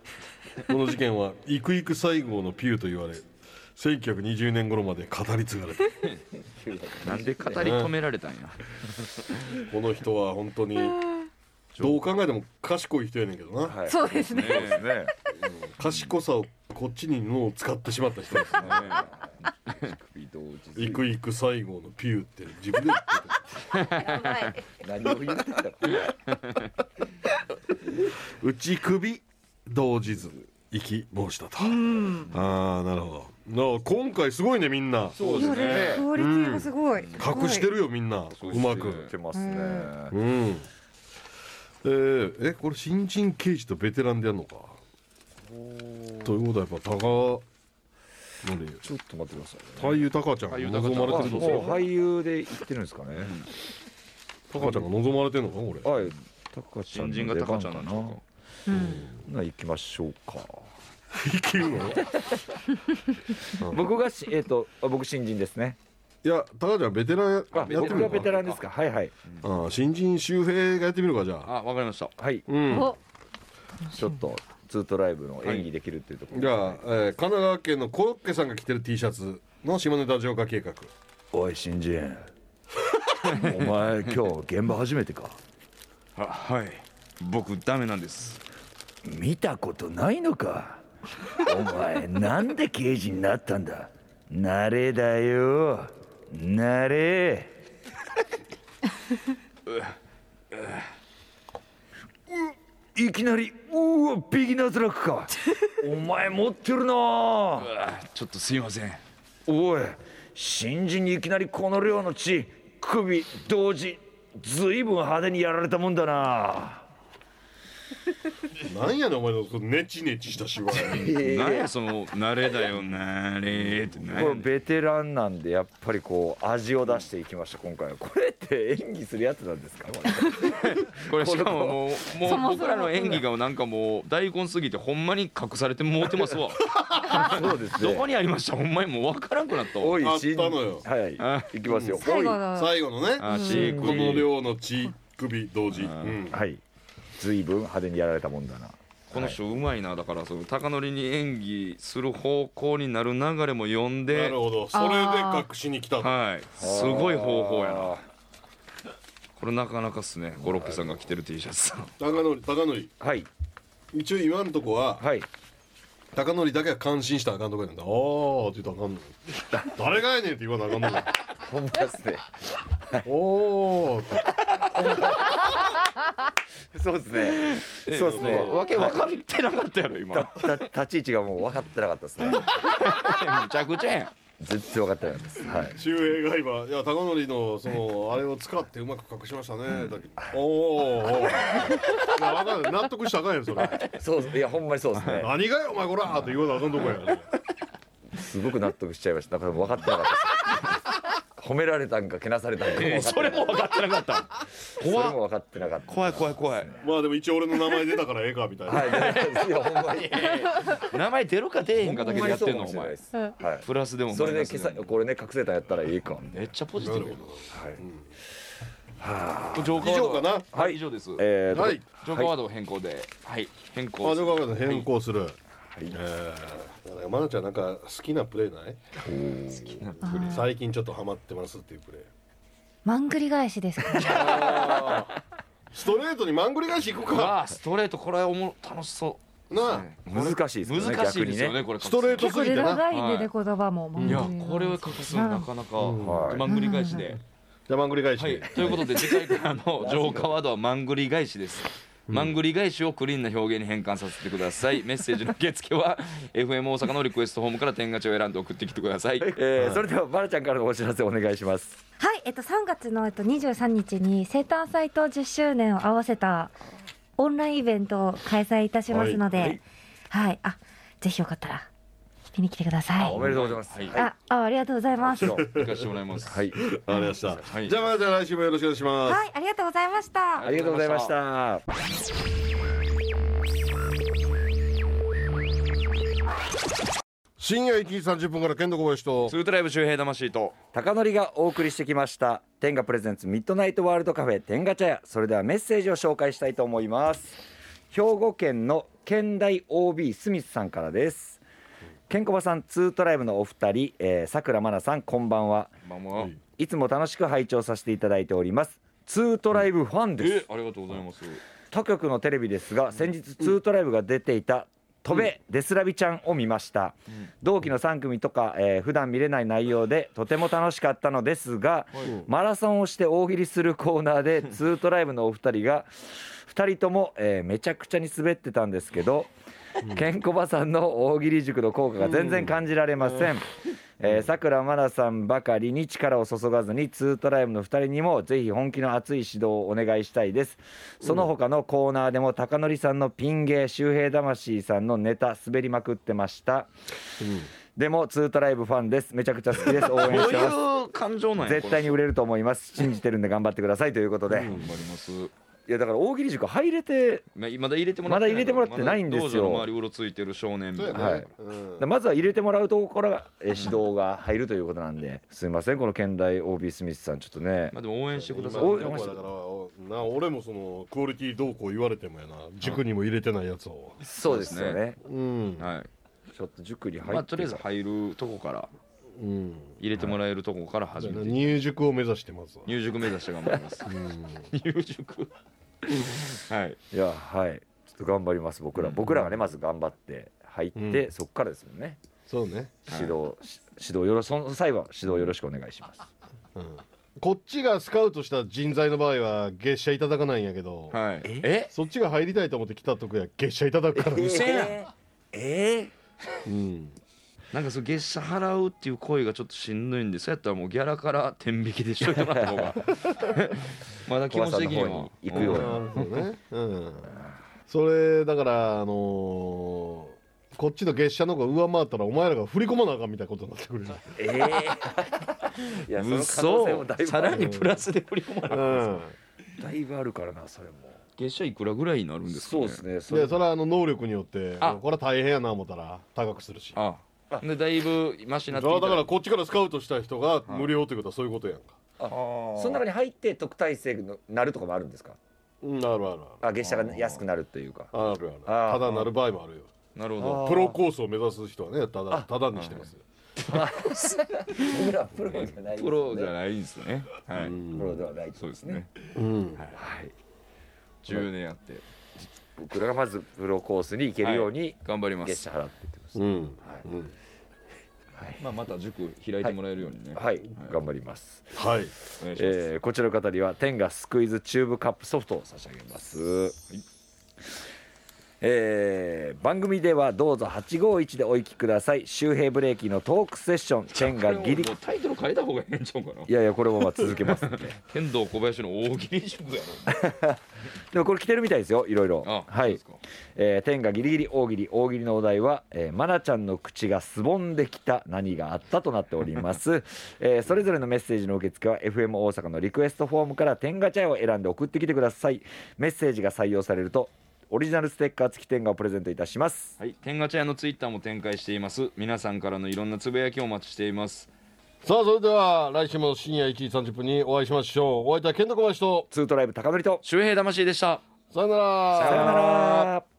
S2: の事件はイクイク西郷のピューと言われ1920年頃まで語り継がれた
S3: なんで語り止められたんや
S2: この人は本当にどう考えても賢い人やねんけどな、
S4: はい
S5: そうですね。
S4: そうですね
S2: 賢さをこっちに脳を使ってしまった人です ね
S4: 首同時
S2: イクイク西郷のピューって自分で言ってた
S5: やばい
S4: 何を言ってたの
S2: 内首同時ず意気申したと、ああなるほどなあ今回すごいねみんな
S3: そうです
S5: 料理
S3: ね
S5: クオリティがすごい。
S2: 隠してるよみんな
S3: そう
S2: う
S3: ですね
S2: まく
S4: てますね。
S2: うんえー、えこれ新人刑事とベテランでやるのかということはやっぱ高何
S4: ちょっと待ってくださいね。
S2: 俳優高ちゃんが望まれてるの
S4: もう俳優で言ってるんですかね。
S2: 高ちゃんが望まれてるのかこれ
S4: はい、高ちゃん
S3: 新
S4: の
S3: 人が
S4: 出
S3: 高
S4: 番
S3: ちゃ
S4: か
S3: んな
S4: なん
S3: ちゃうか。
S5: うん
S4: な行きましょうか。
S2: いけるの
S4: 僕がしえっ、とあ僕新人ですね。
S2: いや高ちゃんベテランやって
S4: あ、
S2: みる
S4: 僕がベテ
S2: か
S4: ランですか。はいはい
S2: ああ新人周平がやってみるかじゃあ
S3: あ、わかりました。
S4: はい。
S2: うん
S5: お、
S4: ちょっとツートライブの演技できるっていうところ。
S2: じゃあ、えー神奈川県のコロッケさんが着てる T シャツの下ネタ浄化計画
S4: おい新 人。お前今日現場初めてか。
S3: あはい。僕ダメなんです。
S4: 見たことないのか。お前なんで刑事になったんだ。慣れだよ。慣れ。いきなり「うわビギナーズラックかお前持ってるな
S3: うわちょっとすいません。
S4: おい新人にいきなりこの量の血首同時ずいぶん派手にやられたもんだな
S2: なんやねんお前のそのネチネチした芝居
S3: なんやその慣れだよ慣れって
S4: これ
S3: ね。
S4: ベテランなんでやっぱりこう味を出していきました今回はこれって演技するやつなんですかこれ
S3: これしかももう
S5: そもそ
S3: も
S5: も
S3: う僕らの演技がなんかもう大根すぎてほんまに隠されてもうてますわ。
S4: そうです
S3: ど
S4: ね
S3: こにありましたほんまにもうわからんくなったわ。
S4: おい
S2: あった
S4: 新
S2: のよ
S4: はい
S3: あ
S4: いきますよ
S5: 最後
S4: おい
S5: の
S2: 最後のね
S3: あ
S2: こ
S3: ちく
S2: の量の血首同時、うん
S4: はいずいぶん派手にやられたもんだな
S3: この人うまいなだからその高典に演技する方向になる流れも読ん
S2: な
S3: で
S2: る。ほどそれで隠しに来たと
S3: はい、すごい方法やな。これなかなかっすね、ゴロッケさんが着てる T シャツさん。
S2: 高典高典
S4: はい
S2: 一応今のとこは
S4: はい
S2: 高典だけは感心したらあかんとこやなんだああって言ったらあかんの誰がやねんって言わなあかんのか
S4: ほんまですね
S2: おーって
S4: そうですねそうですね
S3: わけわかってなかったやろ、 今。め
S4: た立ち位置がもう分かってなかったですね
S3: ちゃくちゃやん。
S4: 全然分かってなかったですはい
S2: 周平が今いや高典のそ のあれを使ってうまく隠しましたね、だけどお ーおーいやわかんない納得したらあかんやんそれ
S4: そうですいやほんまにそうですね
S2: 何がよお前こらーって言わなあかんとこや
S4: すごく納得しちゃいましただから分かってなかったです褒められたんかけなされたんかも分かって
S3: それも分かってなかった。
S4: それも分かってなかった
S3: 怖い怖い怖い。
S2: まあでも一応俺の名前出たからええかみたいな、
S4: はい、いやほんまに
S3: 名前出るか出えへんかだけでやってんの、
S4: ほ
S3: お
S4: んま
S3: 前
S4: に。そうかもしれないですはい
S3: プラスでも
S4: それ
S3: マ
S4: で
S3: イナス
S4: 今
S3: も
S4: 朝これね隠せたんやったらいいか
S3: めっちゃポジティブやな。ジョーカ
S2: 以
S3: ーワ
S2: 上
S3: ー
S2: か
S3: ド。
S2: な
S3: はい、以上です。ジョ
S4: えーと
S2: はい
S3: ーカーワードを変更で。はい、変
S2: あ
S3: 更
S2: じゃあ分かった変更する、
S4: い
S2: えー、山菜ちゃんなんか好きなプレーない最近ちょっとハマってますっていうプレー
S5: マングリ返しですか。
S2: ストレートにマングリ返し行くか
S3: わあ、ストレート、これはおも楽しそ
S2: なあ
S3: う。
S4: 難しいですよね
S3: 難しいですよ
S4: 逆に
S3: ね、これ。
S2: ストレート
S5: 結
S2: す
S5: 構
S2: ぎてな
S5: 長いんでね言葉も。マン
S3: い
S5: グリ
S3: や
S5: 返し
S3: これを隠すのなかなか
S4: はい
S3: マングリ返しで。
S2: じゃあマングリ返し、
S3: はい、ということで次回からの浄化ワードはマングリ返しです。マングリ返しをクリーンな表現に変換させてくだ さい。メッセージの受付は FM 大阪のリクエストフォームから天ガチを選んで送ってきてください。
S4: えーそれではまるちゃんからのお知らせお願いします
S5: はい、えっと、3月の、えっと、23日に生誕祭と10周年を合わせたオンラインイベントを開催いたしますので、
S4: は
S5: はいい、あ、ぜひよかったら見に来てください
S4: お。めでとうございます
S3: はい、行
S5: あ、あありがとうございます。は
S3: かしてもらいます。
S4: はい
S2: ありがとうございました、
S3: はい
S2: じゃあま菜ちゃん来週もよろしくお願いします、
S5: い、ありがとうございました。
S4: ありがとうございました
S2: 深夜1時30分から剣道小林と
S3: ツートライブ周平魂と。
S4: 高典がお送りしてきました天ガプレゼンツミッドナイトワールドカフェ天ガ茶屋それではメッセージを紹介したいと思います兵庫県の県大 OB スミスさんからですケンコバさんツートライブのお二人えーさくらまなさんこんばんは
S3: まあまあ。
S4: いつも楽しく拝聴させていただいておりますツートライブファンです
S3: え、ありがとうございます。
S4: 他局のテレビですが先日ツートライブが出ていた「飛べデスラビちゃん」を見ました同期の3組とか、えー普段見れない内容でとても楽しかったのですがマラソンをして大喜利するコーナーでツートライブのお二人が2人とも、えーめちゃくちゃに滑ってたんですけどケンコバさんの大喜利塾の効果が全然感じられませんえーさくらまなさんばかりに力を注がずにツートライブの2人にもぜひ本気の熱い指導をお願いしたいですその他のコーナーでも高則さんのピン芸周平魂さんのネタ滑りまくってました、でもツートライブファンですめちゃくちゃ好き です応援してます
S3: う感情なんや
S4: 絶対に売れると思います信じてるんで頑張ってくださいということで、
S3: 頑張ります
S4: いやだから大喜利塾入れて
S3: ままだ入れてもら
S4: ま
S3: って
S4: だ入れてもらってないんですよ
S3: まだ道場の周りうろついてる少年みたいな、
S4: はいまずは入れてもらうところからえ指導が入るということなんですみませんこの県大 OB スミスさんちょっとね
S3: まあでも応援してください
S4: お
S2: だからな俺もそのクオリティどうこう言われてもやな塾にも入れてないやつを
S4: そう
S3: ですね
S2: うん
S3: はい
S4: ちょっと塾に入って、
S3: まあとりあえず入るとこから
S2: うん
S3: 入れてもらえるとこから始めて
S2: 入塾を目指してますわ
S3: 入塾目指して頑張ります入塾はい
S4: いやはいちょっと頑張ります僕ら、僕らがねまず頑張って入って、
S2: う
S4: そこからですもんね
S2: そうね
S4: 指導、し指導よろその際は指導よろしくお願いします
S2: こっちがスカウトした人材の場合は月謝いただかないんやけど、
S3: はいえ
S2: そっちが入りたいと思って来たとこや月謝いただくからね、
S3: 嘘やん
S4: え
S2: うん、
S3: なんかその月謝払うっていう行為がちょっとしんどいんでそうやったらもうギャラから天引きでしといてもらった 方がまだ気持ち的に
S4: 小川さんの方
S3: は
S4: に行くように
S2: そうねうんそれだからあのーこっちの月謝の方が上回ったらお前らが振り込まなあかんみたいなことになってくる、
S4: えええいやその可能性もだい
S3: 嘘
S4: ぶ
S3: さ
S4: あ
S3: ら
S4: る
S3: にプラスで振り込まれる
S4: だいぶあるからなそれも
S3: 月謝いくらぐらいになるんですか、
S4: そう
S3: ね、
S4: ですねそ
S2: うん、
S4: れ
S2: でそれはあの能力によって
S3: あ
S2: これは大変やな思ったら高くするし
S3: ああでだいぶマシにな
S2: だ
S3: ってきた
S2: からこっちからスカウトした人が無料ということはそういうことやんか、
S4: その中に入って特待生のなるとかもあるんですか
S2: うん、あるある
S4: あ月謝が安くなるというか
S2: あるあるある
S4: あー
S2: ただなる場合もあるよ
S3: なるほど
S4: あー
S2: プロコースを目指す人はねただただにしてますよ
S4: 僕らはプロじゃないですよね
S3: プロじゃないんですねはい、
S4: プロではない
S3: そうですね
S2: うん
S4: はい
S3: 10年やって
S4: 僕らがまずプロコースに行けるように
S3: 頑張りま
S4: 月
S3: す
S4: 謝、払ってってます
S2: うん
S3: まあ、また塾開いてもらえるようにね、
S4: はい頑張ります
S2: はい
S3: お願いします、
S4: えーこちらの方には天ガスクイズチューブカップソフトを差し上げます、えー番組ではどうぞ851でお行きください周平ブレーキのトークセッション天
S3: こ
S4: ガ
S3: れ
S4: ギリ
S3: もうタイトル変えた方がいいんちゃうかない
S4: やいやこれもまあ続けますんで
S3: 天童小林の大喜利塾や
S4: でもこれ来てるみたいですよいろいろ
S3: ろあ
S4: は
S3: そうで
S4: い
S3: すか
S4: えー天がギリギリ大喜利大喜利のお題は、えー、マナちゃんの口がすぼんできた何があったとなっております、 えーそれぞれのメッセージの受付は FM 大阪のリクエストフォームから天ガチャを選んで送ってきてくださいメッセージが採用されるとオリジナルステッカー付き天ガをプレゼントいたします
S3: はい、天ガチャ屋のツイッターも展開しています。皆さんからのいろんなつぶやきをお待ちしています。
S2: さあそれでは来週も深夜1時30分にお会いしましょうお相手は健太小林と
S4: ツートライブ高典と
S3: 周平魂でした。
S2: さよなら
S4: さようなら